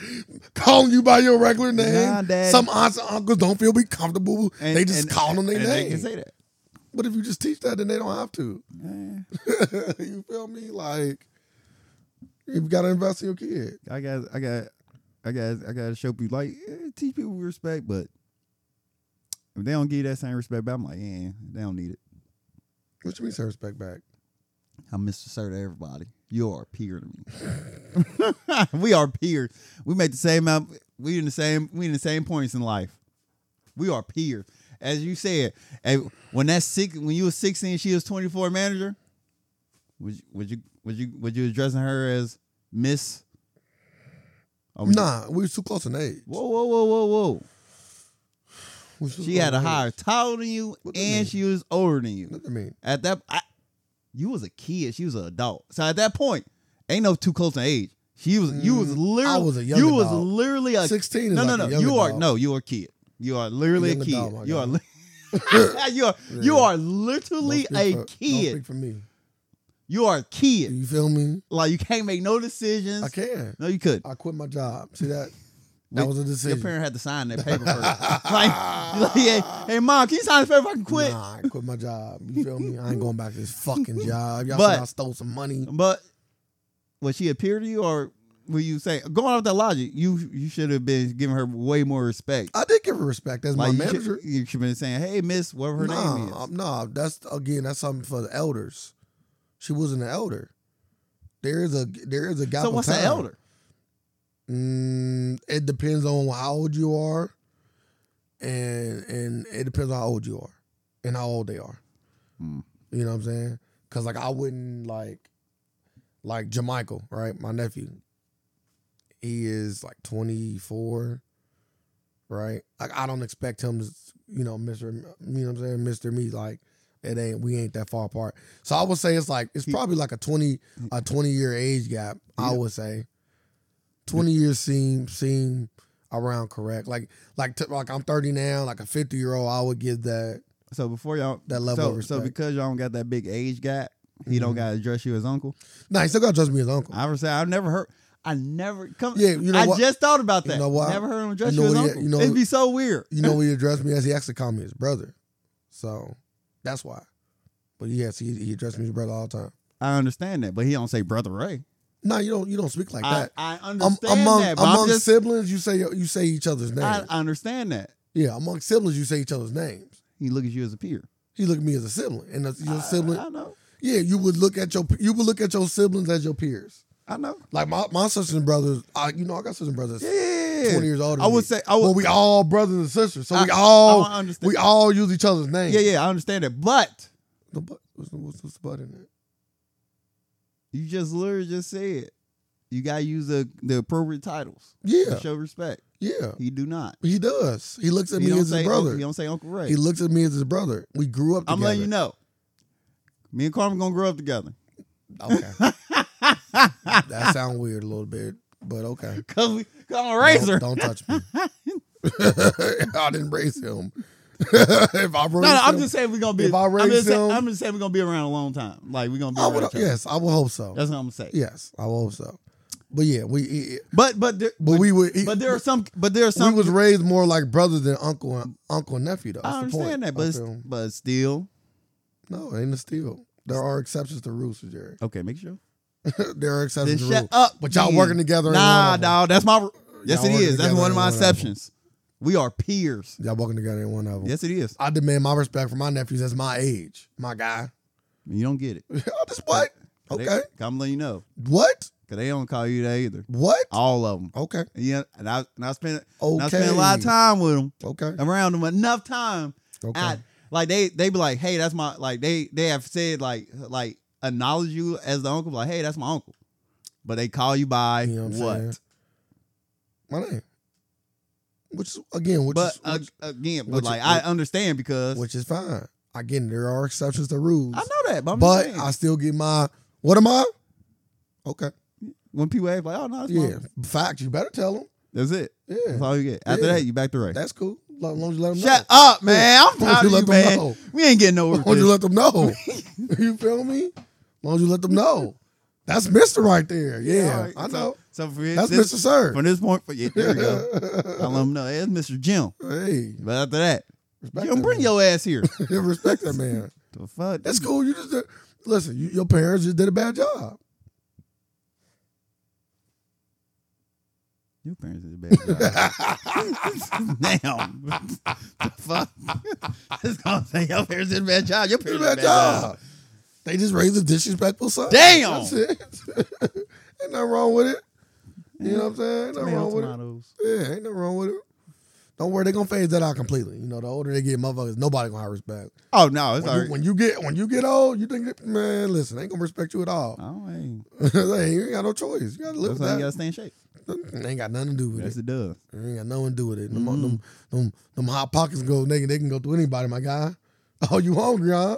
calling you by your regular name. Nah, Daddy. Some aunts and uncles don't feel be comfortable. And- they just and- call them their and name. They can say that. But if you just teach that, then they don't have to. Eh, you feel me? Like you've got to invest in your kid. I got, I got, I got, I got to show people like eh, teach people respect, but if they don't give you that same respect, back, I'm like, yeah, they don't need it. What you mean, say respect back? I'm Mr. Sir to everybody. You are a peer to me. we are peers. We make the same amount. We in the same. We in the same points in life. We are peers. As you said, and when that six, when you was 16, she was 24. Manager, would you, would you would you would you addressing her as Miss? Or would you- Nah, we was too close in age. Oh, Whoa whoa whoa whoa whoa! We was too She close had a in age. higher title than you, What that mean? and she was older than you. What that mean? At that, I, you was a kid. She was an adult. So at that point, ain't no too close in age. She was. You was Mm, literally. I was a young You was adult. literally a. Sixteen. Is no, no, like a no. young You are adult. no. You are a kid. You are literally a, young kid. adult, my you guy. are. Li- you are. You Yeah. are Don't literally speak a for- don't kid. speak for me. You are a kid. You feel me? Like you can't make no decisions. I can. No, you could. I quit my job. See that? That Wait, was a Your decision. parent had to sign that paper first. like, like, hey, hey, mom, can you sign this paper? If I can quit. Nah, I quit my job. You feel me? I ain't going back to this fucking job. Y'all But- said I stole some money. But was she a peer to you, or were you say going off that logic? You you should have been giving her way more respect. I did give her respect as like my manager. you should, you should been saying, "Hey, Miss, whatever her nah, name is." nah, that's again, that's something for the elders. She wasn't an elder. There is a there is a gap. So of what's time. an elder? Mm, it depends on how old you are, and and it depends on how old you are, and how old they are. Mm. You know what I'm saying? Because like I wouldn't like, like Jamichael, right? My nephew. He is like 24, right? Like I don't expect him to, you know, Mister, you know what I'm saying, Mister me. Like it ain't we ain't that far apart. So I would say it's like it's He- probably like a 20 a 20 year age gap. I Yeah. would say. 20 years seem seem around correct. Like like t- like I'm 30 now, like a 50 year old, I would give that. So before y'all That level so, of so respect. because y'all don't got that big age gap, he don't Mhm. got to address you as uncle. Nah, he still got to trust me as uncle. I would say I've never heard. I never come. Yeah, you know I what? just thought about You that. know what? Never heard him address You you, know as what he- uncle. you know- It'd be so weird. you know what he addressed me as? He actually called me his brother. So that's why. But yes, he, he addressed me as brother all the time. I understand that, but he don't say brother Ray. No, you don't you don't speak like I, that. I Um, understand among that, but among I'm just, siblings, you say you say each other's names. I I understand that. yeah, among siblings, you say each other's names. He look at you as a peer. He looked at me as a sibling, and as your I- sibling, I, know. yeah, you would look at your you would look at your siblings as your peers. I know. Like my, my sisters and brothers, I, you know, I got sisters and brothers Yeah. twenty years older. I than would me. say I Well, would. we all brothers and sisters, so we I- all I understand. we all use each other's names. yeah, yeah, I understand that, but The butt, what's, the, what's, what's the butt in there? you just literally just said you gotta use the the appropriate titles Yeah, to show respect. yeah. He do not. He does. He looks at He me don't as say his Uncle, brother. he don't say Uncle Ray. He looks at me as his brother. We grew up together. I'm letting you know. Me and Carmen gonna grow up together. Okay. that sounds weird a little bit, but okay. Cause, we, cause I'm a razor. Don't, don't touch me. I didn't raise him. if I raised no, no, I'm him, just saying we're gonna be. If I I'm, raise just saying, him- I'm just saying we're gonna be around a long time. Like we're gonna be I around. would, each other. yes, I would hope so. That's what I'm gonna say. Yes, I would hope so. But yeah, we, he- But but there, but we would, he, but there are some but there are some. we was raised more like brother than uncle and uncle and nephew. Though That's I the point. understand that, I but it's, feel. but still. no, it ain't a steal. There are exceptions to rules, Jerry. Okay, make sure. there are Then exceptions to shut rules. up. But y'all then. working together. ain't one Nah, of 'em. dog. That's my. Yes, Y'all it working is. That's together one of ain't my one of 'em. exceptions. We are peers. Y'all working together in one of them. Yes, it is. I demand my respect for my nephews as my age, my guy. You don't get it. Oh, this what? They- Okay. I'm letting you know. What? Cause they don't call you that either. What? All of them. Okay. Yeah, and I and I spent and Okay. I spent a lot of time with them, Okay. around them enough time. Okay. I, like they they be like, hey, that's my like they they have said like like acknowledge you as the uncle, like hey, that's my uncle, but they call you by You know what I'm what? saying? my name. Which is again, which but is uh, which, again, but which- like which- I understand because which is fine. Again, there are exceptions to rules. I know that, but, I'm but just saying, I still get my what am I? Okay. when people act like, oh no, that's my Yeah. uncle. Fact, you better tell them. that's it. Yeah. That's all you get. After Yeah. that, you back to Ray. That's cool. As long as you let them Shut know. up, man. I'm Why tired don't of you you, let them man. know? We ain't getting nowhere. As with long as you this. let them know. you feel me? As long as you let them know. That's Mr. right there. Yeah. All right, I so- know. So, for this, That's Mr. From Sir. this point, for, yeah, there we go. I let him know it's Mr. Jim. hey. But after that, Respect Jim, that bring man. your ass here. respect that man. the fuck? That's cool. You just did, listen, you, your parents just did a bad job. Your parents did a bad job. Damn. the fuck? It's gonna say your parents did a bad job. Your Did a parents bad job. They just raised a disrespectful son. Damn. That's it. ain't nothing wrong with it. You know what I'm saying? Ain't nothing Tomato, wrong with it. tomatoes. Yeah, ain't nothing wrong with it. Don't worry, they're gonna phase that out completely. You know, the older they get, motherfuckers, nobody gonna have respect. Oh no, it's When you, alright. when you get when you get old, you think that, man, listen, they ain't gonna respect you at all. Oh, hey. Like, you ain't got no choice. You gotta live That's with why you that. gotta stay in shape. It ain't got nothing to do with Yes, it. it does. It ain't got nothing to do with it. Mm-hmm. Them, them, them, them hot pockets go nigga, they can go to anybody, my guy. Oh, you hungry, huh?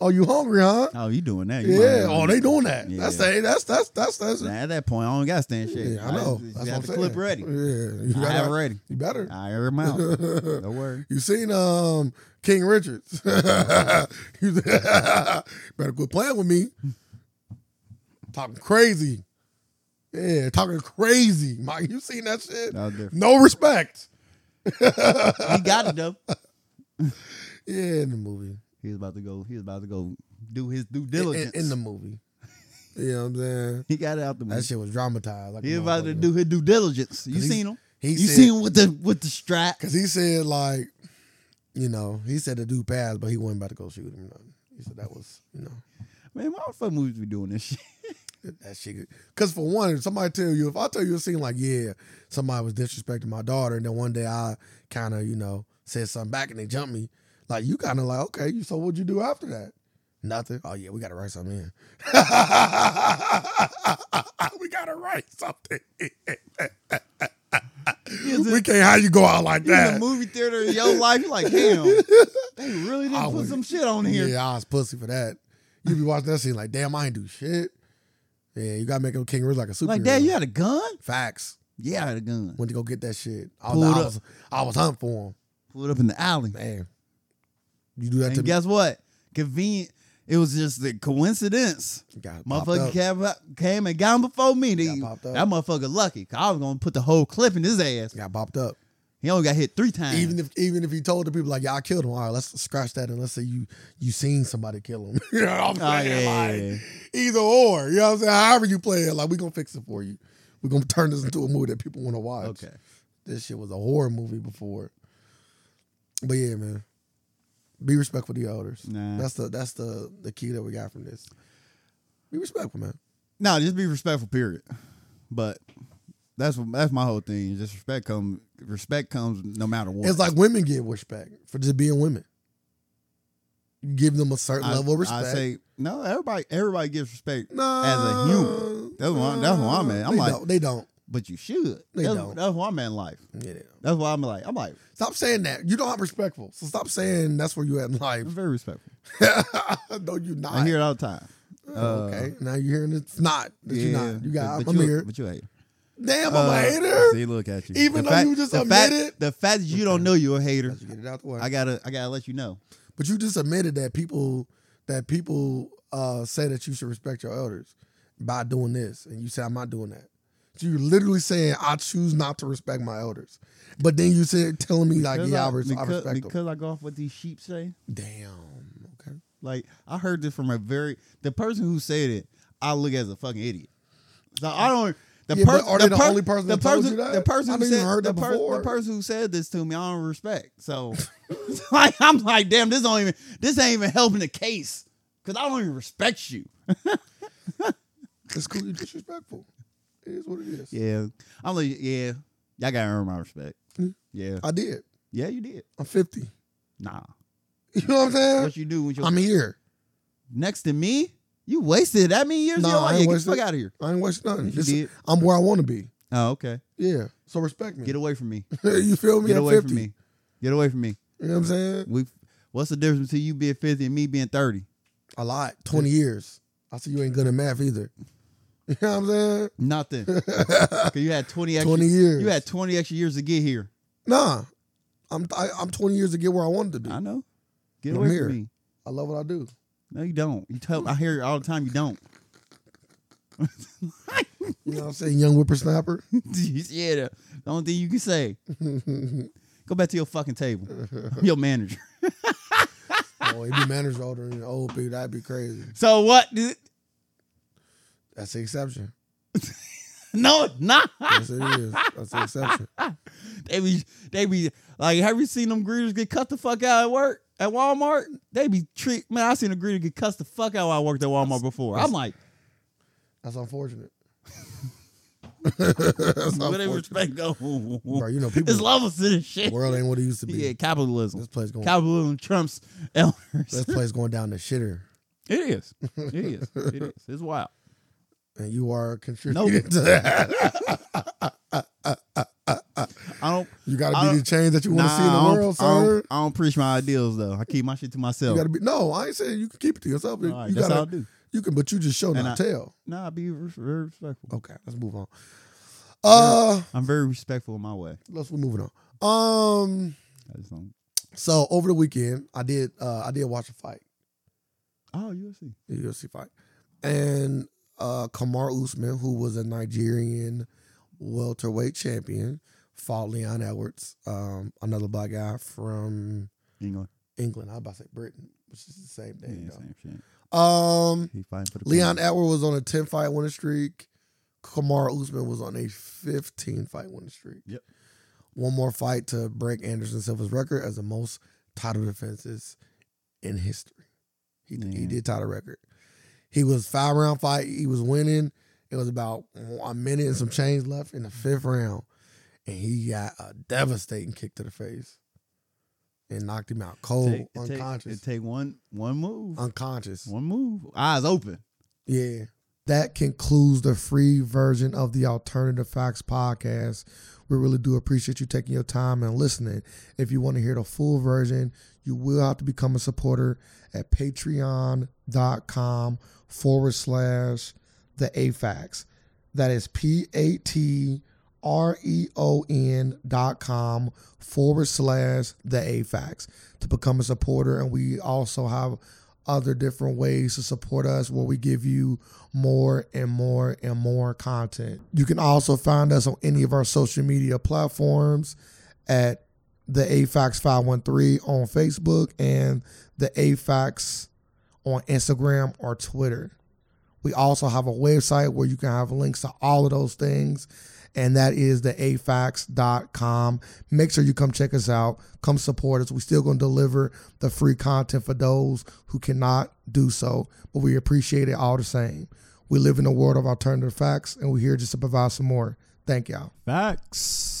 Oh, you hungry, huh? Oh, you doing that? You Yeah. might- Oh, they doing that. That's Yeah. the, that's that's that's that's. Nah, at that point, I don't gotta stay in shape. Yeah, I know. just That's what got I'm the saying. clip ready. Yeah, you I gotta- have it ready. You better. I air him out. Don't worry. You seen um King Richards? You better quit playing with me. Talking crazy. Yeah, talking crazy. Mike, you seen that shit? That was different. No respect. He got it though. Yeah, in the movie. He was about to go. He was about to go do his due In, diligence. in- in the movie. You know what I'm saying? He got out the That movie. shit was dramatized. Like a Mm-hmm. He about to motherfucker. do his due diligence. You 'Cause he- seen him? He You said, seen him with the with the strap? Cause he said like, you know, he said the dude passed, but he wasn't about to go shoot him. or nothing. He said that was, you know, Man, why the fuck movies be doing this shit? that- that shit. Cause for one, if somebody tell you, if I tell you a scene like, yeah, somebody was disrespecting my daughter, and then one day I kind of, you know, said something back and they jumped me, like you kind of like, okay, you so what'd you do after that? Nothing. Oh yeah, we gotta write something in. we gotta write something. in. Is we can't. How you go out like in the that? movie theater in your life, you're like, damn, they really I didn't put would- some shit on here. Yeah, I was pussy for that. You be watching that scene like, damn, I ain't do shit. Yeah, you gotta make him King Rich like a superhero. like, dad, you had a gun? facts. Yeah, I had a gun. Went to go get that shit. I Pulled was, I up. was, I was hunting for him. Pulled up in the alley. Man, you do that to And guess what? Convenient. It was just a coincidence. me. Got popped Motherfucker up. came, up- came and got him before me. Got They- popped up. that motherfucker lucky. 'cause I was gonna put the whole clip in his ass. Got popped up. He only got hit three times. Even if even if he told the people like, yeah, I killed him. All right, let's scratch that and let's say you you seen somebody kill him. you know what Oh, I'm saying? yeah, like, yeah, yeah. Either or. You know what I'm saying? However you play it, like we gonna fix it for you. We're gonna turn this into a movie that people wanna watch. okay. this shit was a horror movie before. But yeah, man. Be respectful to your elders. Nah. That's the that's the the key that we got from this. Be respectful, man. No, just be respectful, period. But that's what that's my whole thing. Just respect comes respect comes no matter what. It's like women get respect for just being women. You give them a certain level of respect. I say no. Everybody, everybody gives respect no, as a human. That's what I'm- that's what I'm at. I'm they like- don't, they don't. But you should. They that's, don't. that's why I'm in life. Yeah, they don't. That's why I'm like. I'm like. Stop saying that. You don't have respectful. So stop saying that's where you at in life. I'm very respectful. no, you not. I hear it all the time. Oh, okay. Now you're hearing it's not. That you not. You got. but, but I'm you, here. But you a hater. Damn, I'm Uh, a hater. See, look at you. Even though you just the fact, admitted- the fact that you don't know you're a hater, Let's get it out the way. I gotta, I gotta let you know. But you just admitted that people that people uh, say that you should respect your elders by doing this, and you say I'm not doing that. So you're literally saying I choose not to respect my elders, but then you said telling me like Because yeah, I, res- I because, respect them. because I go off what these sheep say. Damn. Okay. Like I heard this from a very the person who said it. I look as a fucking idiot. So I don't. The Yeah, per- but are they the per- only person The that told person. you that? The person I who didn't said. even heard the, that per- the before. person who said this to me, I don't respect. So, like, I'm like, damn, this don't even. This ain't even helping the case because I don't even respect you. It's cool. You're disrespectful. It is what it is. Yeah, I'm like, yeah, y'all gotta earn my respect. Mm-hmm. Yeah, I did. yeah, you did. I'm 50. Nah, You know what I'm saying? what you do when you're I'm here. next to me? You wasted that many years. Nah, of your I life. ain't Yeah, get the wasted. fuck out of here. I ain't wasting nothing. You This- did. I'm where I want to be. Oh, okay. Yeah. So respect me. Get away from me. you feel me? Get I'm away 50. from me. Get away from me. You know what I'm saying? We. What's the difference between you being fifty and me being thirty? A lot. 20 years. I see you ain't good at math either. You know what I'm saying? Nothing. 'Cause you had twenty extra. 20 years. You had twenty extra years to get here. Nah. I'm I, I'm 20 years to get where I wanted to be. I know. Get I'm away here. from me. I love what I do. No, you don't. You tell. I hear it all the time. You don't. You know what I'm saying? Young whippersnapper. yeah. The only thing you can say. Go back to your fucking table. I'm your manager. oh, he be manager older than the old people. That'd be crazy. So what? That's the exception. No, it's not. Yes, it is. That's the exception. They be, they be like, have you seen them greeters get cut the fuck out at work at Walmart? They be treat man. I seen a greeter get cussed the fuck out while I worked at Walmart before. I'm like, That's unfortunate. That's where they unfortunate. respect go? Bro, There's you know, people. levels to this shit. The world ain't what it used to be. Yeah, capitalism. This place going. Capitalism trumps elders. This place going down the shitter, It is. It is. It is. It's wild. and you are contributing Nope. to that. I don't. You got I to don't- be the change that you want to nah, see in I the don't- world, I don't, sir. I don't preach my ideals though. I keep my shit to You myself. gotta be no. I ain't saying you can keep it to yourself. All right, you that's gotta, all I do. you can, but you just show And not I- tell. Nah, be re- very respectful. Okay, let's move on. Uh, I'm very respectful in my way. let's we're moving on. Um, I just don't. so over the weekend, I did uh I did watch a fight, Oh, UFC. a UFC fight, and uh Kamar Usman, who was a Nigerian welterweight champion, fought Leon Edwards, um another black guy from England. England. I was about to say Britain, which is the same Yeah, thing. though. same shit. Um, He fighting for the Leon crown. Atwood was on a 10 fight winning streak. Kamara Usman was on a 15 fight winning streak. Yep. One more fight to break Anderson Silva's record as the most title defenses in history. He, he Yeah. did title record. He was five round fight. He was winning. It was about a minute and some change left in the fifth round. And he got a devastating kick to the face and knocked him out cold, Take- it take- unconscious. It take one one move. unconscious. One move. Eyes open. Yeah. That concludes the free version of the Alternative Facts podcast. We really do appreciate you taking your time and listening. If you want to hear the full version, you will have to become a supporter at patreon.com forward slash the AFAX. That is P A T R E O N dot com forward slash the AFAX to become a supporter. And we also have other different ways to support us where we give you more and more and more content. You can also find us on any of our social media platforms at the AFAX 513 on Facebook and the AFAX on Instagram or Twitter. We also have a website where you can have links to all of those things, and that is the afax.com. Make sure you come check us out, come support us. We're still going to deliver the free content for those who cannot do so, but we appreciate it all the same. We live in a world of alternative facts, and we're here just to provide some more. Thank y'all. Facts.